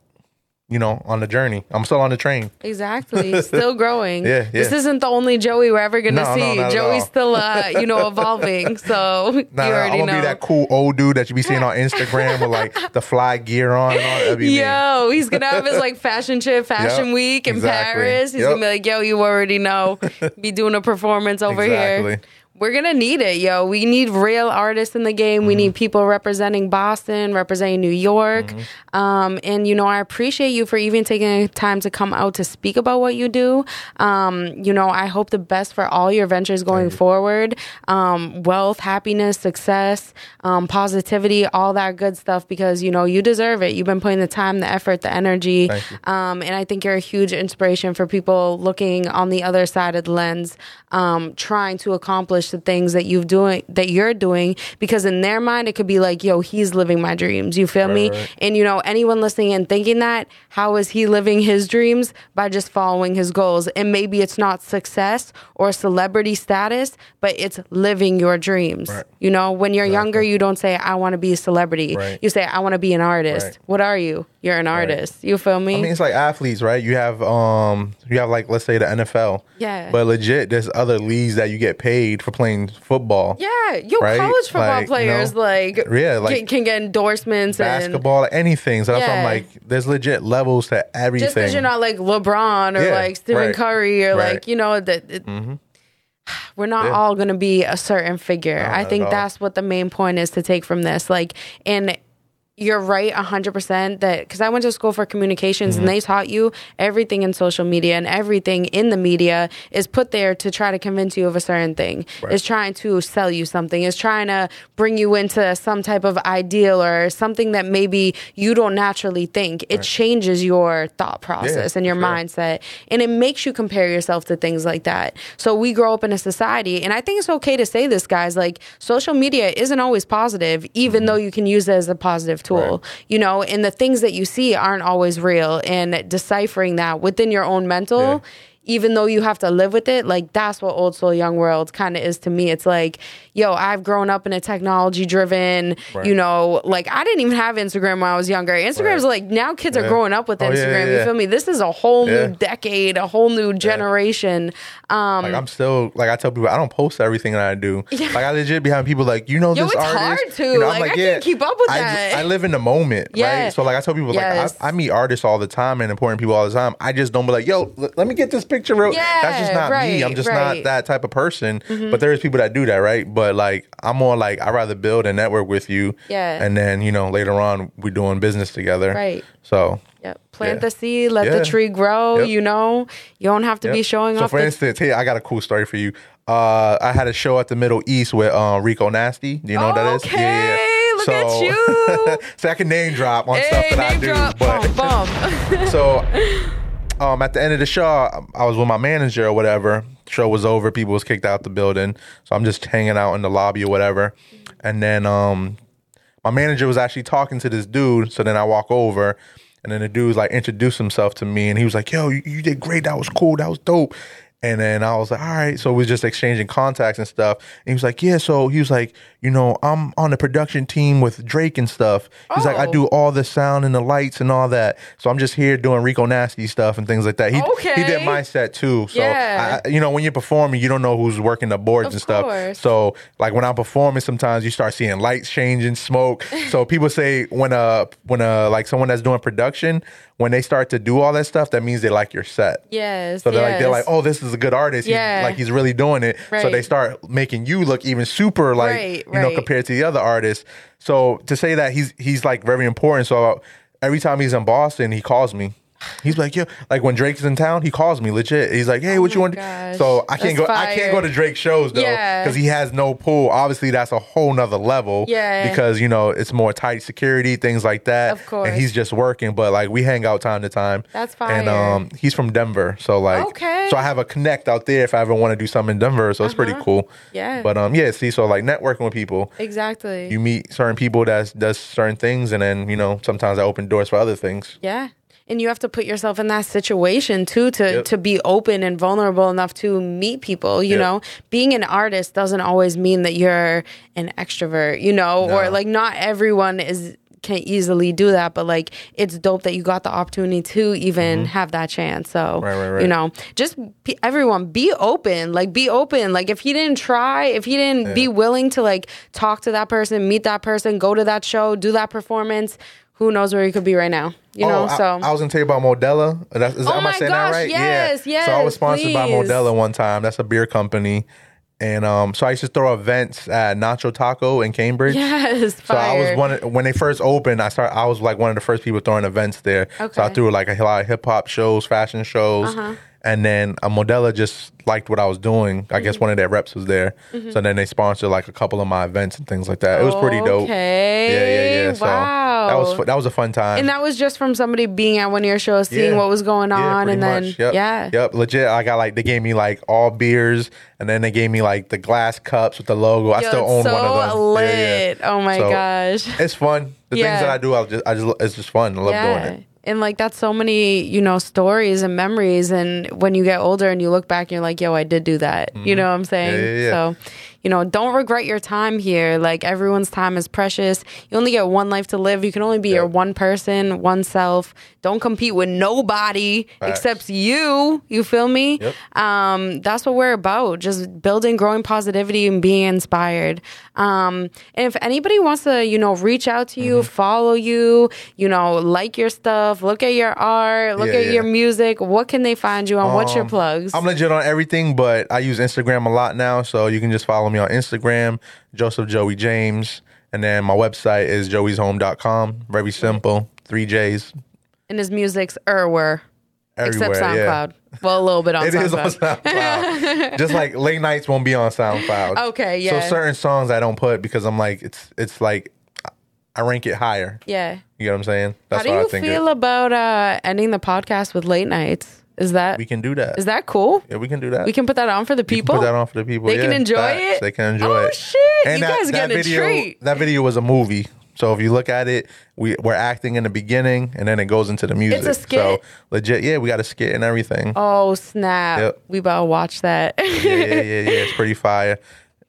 you know, on the journey. I'm still on the train. Exactly. Still growing. Yeah, This yeah. isn't the only Joey we're ever going to No, no, see. not at Joey's all. still, uh, you know, evolving. So Nah, you nah, already I'm gonna know. be that cool old dude that you be seeing on Instagram with like the fly gear on and all that. That'd be me. Yo, he's gonna have his like fashion trip, fashion Yep, week in exactly. Paris. He's Yep. gonna be like, yo, you already know. be doing a performance over here. Exactly. We're gonna need it, yo. We need real artists in the game. Mm-hmm. We need people representing Boston, representing New York. Mm-hmm. Um, and you know, I appreciate you for even taking the time to come out to speak about what you do. Um, you know, I hope the best for all your ventures going forward. Um, wealth, happiness, success, um, positivity, all that good stuff because you know you deserve it. You've been putting the time, the effort, the energy, Thank you. um, and I think you're a huge inspiration for people looking on the other side of the lens, um, trying to accomplish the things that you've doing that you're doing because in their mind it could be like, yo, he's living my dreams. You feel me? Right, right. And you know, anyone listening and thinking that, how is he living his dreams by just following his goals? And maybe it's not success or celebrity status, but it's living your dreams. Right. You know, when you're younger, you don't say, I want to be a celebrity. Right. You say, I want to be an artist. Right. What are you? You're an artist. You feel me? I mean, it's like athletes, right? You have um, you have like let's say the NFL. Yeah. But legit, there's other leagues that you get paid for playing football. Yeah, yo, Right? college football Like, you players know, like yeah, like- can, can get endorsements Basketball, anything. So that's why Yeah. I'm like, there's legit levels to and everything. just because you're not like LeBron or Yeah, like Stephen right, Curry or right. Mm-hmm. like you know that it- we're not all gonna be a certain figure. I not at think all. that's what the main point is to take from this. Like and you're right 100% that because I went to school for communications Mm-hmm. and they taught you everything in social media and everything in the media is put there to try to convince you of a certain thing. It's trying to sell you something, it's trying to bring you into some type of ideal or something that maybe you don't naturally think. It changes your thought process and your for sure. mindset and it makes you compare yourself to things like that. So we grow up in a society, and I think it's okay to say this, guys. Like social media isn't always positive, even though you can use it as a positive tool. Mm-hmm. Right. You know, and the things that you see aren't always real, and deciphering that within your own mental. Yeah. Even though you have to live with it, like that's what old soul young world kind of is to me. It's like, yo, I've grown up in a technology driven, Right. you know, like I didn't even have Instagram when I was younger. Instagram's Right. like now kids Yeah. are growing up with Oh, yeah, Instagram. yeah, You yeah. feel me? This is a whole Yeah. new decade, a whole new generation. Um, Like I'm still like I tell people I don't post everything that I do. Like I legit behind people like you know Yo, this it's artist. hard to. You know, Like, I can't keep up with I, that. I live in the moment, Yeah. right? So like I tell people Yes. like I, I meet artists all the time and important people all the time. I just don't be like yo, l- let me get this picture real. That's just Yeah, not me. right, I'm just not right. Mm-hmm. that type of person. But there's people that do that, right? But like I'm more like I rather build a network with you. Yeah. And then you know later on we doing business together. Right. So. yep. Plant Yeah. the seed, let Yeah. the tree grow. Yep. You know, you don't have to be Yep. showing so off. for the, instance, hey, I got a cool story for you. Uh, I had a show at the Middle East with uh, Rico Nasty. Do you know what that is? okay, look at you. so I can name drop on stuff hey, that I name do. drop, But bum, bum. so um, at the end of the show, I was with my manager or whatever. Show was over. People was kicked out the building. So I'm just hanging out in the lobby or whatever. And then um, my manager was actually talking to this dude. So then I walk over. And then the dude was like introduced himself to me and he was like, Yo, you, you did great. That was cool. That was dope. And then I was like, All right. So we was just exchanging contacts and stuff. And he was like, Yeah. So he was like, You know, I'm on the production team with Drake and stuff. He's like, I Oh. do all the sound and the lights and all that. So I'm just here doing Rico Nasty stuff and things like that. He, he did Okay. my set too. So, Yeah. I, you know, when you're performing, you don't know who's working the boards Of and stuff. course. So, like when I'm performing, sometimes you start seeing lights changing, smoke. So people say when uh when uh like someone that's doing production, when they start to do all that stuff, that means they like your set. yes. So they're like they're like, yes. oh, this is a good artist. He's- Yeah. like he's really doing it. So Right. they start making you look even super like Right, you know right. compared to the other artists. So to say that he's he's like very important. So every time he's in Boston, he calls me. He's like, yeah, like when Drake's in town, he calls me legit. He's like, hey, what you Oh my want? gosh. So I can't go. That's I can't go fire. to Drake shows though because Yeah. he has no pull. Obviously, that's a whole nother level. Yeah. because you know it's more tight security things like that. Of and he's course. just working. But like we hang out time to time. That's And fire. um, he's from Denver, so like, Okay. Uh-huh. so I have a connect out there if I ever want to do something in Denver. So it's pretty cool. Yeah. But um, yeah. See, so like networking with people, exactly. you meet certain people that does certain things, and then you know sometimes I open doors for other things. Yeah. And you have to put yourself in that situation too to Yep. to be open and vulnerable enough to meet people, you Yep. know. Being an artist doesn't always mean that you're an extrovert, you know, or No. like not everyone is can easily do that, but like it's dope that you got the opportunity to even have that chance. So, Mm-hmm. Right, right, right. you know, just be, everyone be open, like be open. Like if he didn't try, if he didn't be willing to like talk to that person, meet that person, go to that show, do that performance, who knows where you could be right now. You you know, Oh, I, so I was gonna tell you about Modella. That's, is, Oh am I my saying that gosh, right? yes, yeah. So I was yes, sponsored by please. Modella one time. That's a beer company, and um, so I used to throw events at Nacho Taco in Cambridge. yes, So I was fire. one of- when they first opened. I start. I was like one of the first people throwing events there. So I Okay. Uh-huh. threw like a lot of hip hop shows, fashion shows, and then a modella just liked what I was doing. I Mm-hmm. guess one of their reps was there. So then they sponsored like a couple of my events and things like that. It was pretty dope. Okay, Yeah, yeah, yeah. So that was wow. fu- that was a fun time. and that was just from somebody being at one of your shows, seeing Yeah. what was going Yeah, on, pretty and then much. Yep. yeah, yep, legit. I got like they gave me like all beers, and then they gave me like the glass cups with the logo. I Yo, still it's own so one of them. lit. Yeah, yeah. Oh my So, gosh, It's fun. The Yeah. things that I do, I just, I just, it's just fun. I love yeah. doing it. And like that's so many, you know, stories and memories. And when you get older and you look back, you're like, "Yo, I did do that." You know what I'm saying? Mm-hmm. Yeah, yeah, yeah. So, you know, don't regret your time here. Like everyone's time is precious. You only get one life to live. You can only be your one person, one self. Don't compete with nobody Facts. except you. You feel me? Yep. Um, that's what we're about. Just building, growing positivity and being inspired. Um, and if anybody wants to, you know, reach out to Mm-hmm. you, follow you, you know, like your stuff, look at your art, look Yeah, at yeah. Um, your music, what can they find you on? What's your plugs? I'm legit on everything, but I use Instagram a lot now, so you can just follow me on Instagram, Joseph Joey James, And then my website is joeyshome.com. Very simple. Three J's. And his music's Erwer, Everywhere. except yeah. SoundCloud. Well, a little bit on It SoundCloud. is on SoundCloud. Just like late nights won't be on SoundCloud. Okay, yeah. So certain songs I don't put because I'm like it's it's like I rank it higher. yeah. You know what I'm saying? That's How do why you I think feel it, about uh, ending the podcast with late nights? Is that we is can do that. that cool? yeah, we can do that. We can put that on for the people. put that on for the people. They can Yeah, enjoy it? They can enjoy Oh, it. shit. You guys that getting a video, treat. That video was a movie. So if you look at it, we we're acting in the beginning and then it goes into the music. skit? So legit, yeah, we got a skit and everything. Oh snap! Yep. We about to watch that. Yeah, yeah, yeah, yeah. It's pretty fire.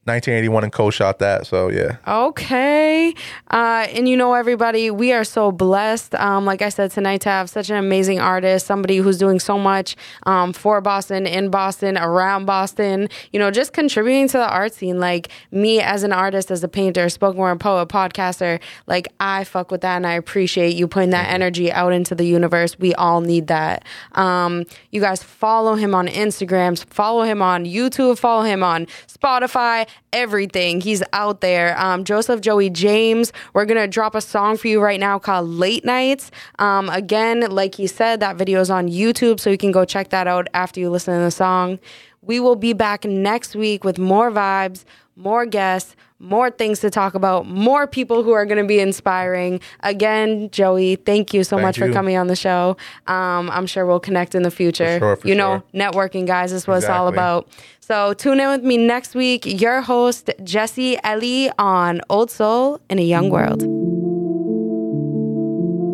1981 and Co shot that. So yeah. Okay. Uh, and you know, everybody, we are so blessed. Um, like I said tonight, to have such an amazing artist, somebody who's doing so much um, for Boston, in Boston, around Boston, you know, just contributing to the art scene. Like me as an artist, as a painter, spoken word poet, podcaster, like I fuck with that and I appreciate you putting that energy out into the universe. We all need that. Um, you guys follow him on Instagram, follow him on YouTube, follow him on Spotify, everything. He's out there. Um, Joseph Joey James. We're gonna drop a song for you right now called Late Nights. Um, again, like he said, that video is on YouTube, so you can go check that out after you listen to the song. We will be back next week with more vibes, more guests, more things to talk about, more people who are gonna be inspiring. Again, Joey, thank you so Thank much for you. coming on the show. Um, I'm sure we'll connect in the future. sure, for you know, sure. networking, guys. This is what it's all Exactly. about. So tune in with me next week. Your host, Jesse Ellie, on Old Soul in a Young World.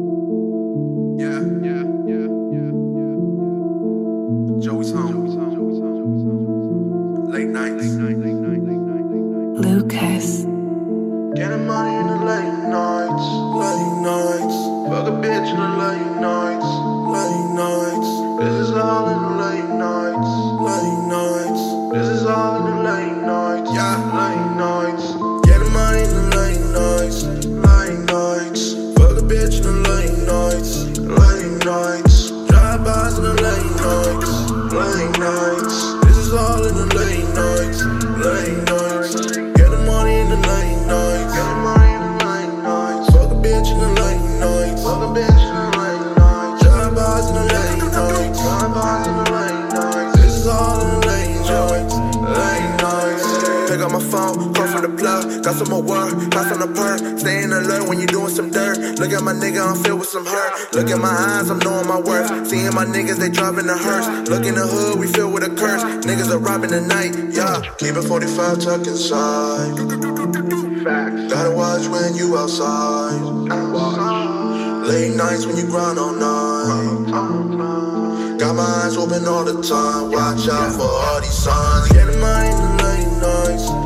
Yeah, yeah, yeah, yeah, yeah. Joey's home. Late night, late night, late night, late night, late night. Lucas. Get him money in the late nights, late nights. Fuck a bitch in the late nights, late nights. This is all in the late nights, late nights. This is all in the late nights, yeah, late nights. Get him money in the late nights, late nights. Fuck a bitch in the late nights, late nights. Drive bys in the late nights, late nights. This is all in the late nights, late nights. Get the money in the late nights. Get the money in the late nights. Fuck a bitch in the late nights. Fuck a bitch in the late nights. Drive bys in the late nights. Drive bys in the late nights. This is all in the late nights, late nights. Pick up my phone, call for the plug. Got some more work, got some to purr. Staying alert when you're doing some dirt. Look at my nigga, I'm filled with some hurt. Look at my eyes, I'm knowing my worth. Seeing my niggas, they driving the hearse. Look in the hood, we filled with a curse. Niggas are robbing the night, yeah. Keep it 45 tucked inside. Gotta watch when you outside. Late nights when you grind all night. Got my eyes open all the time. Watch out for all these signs. Get the money in the late nights.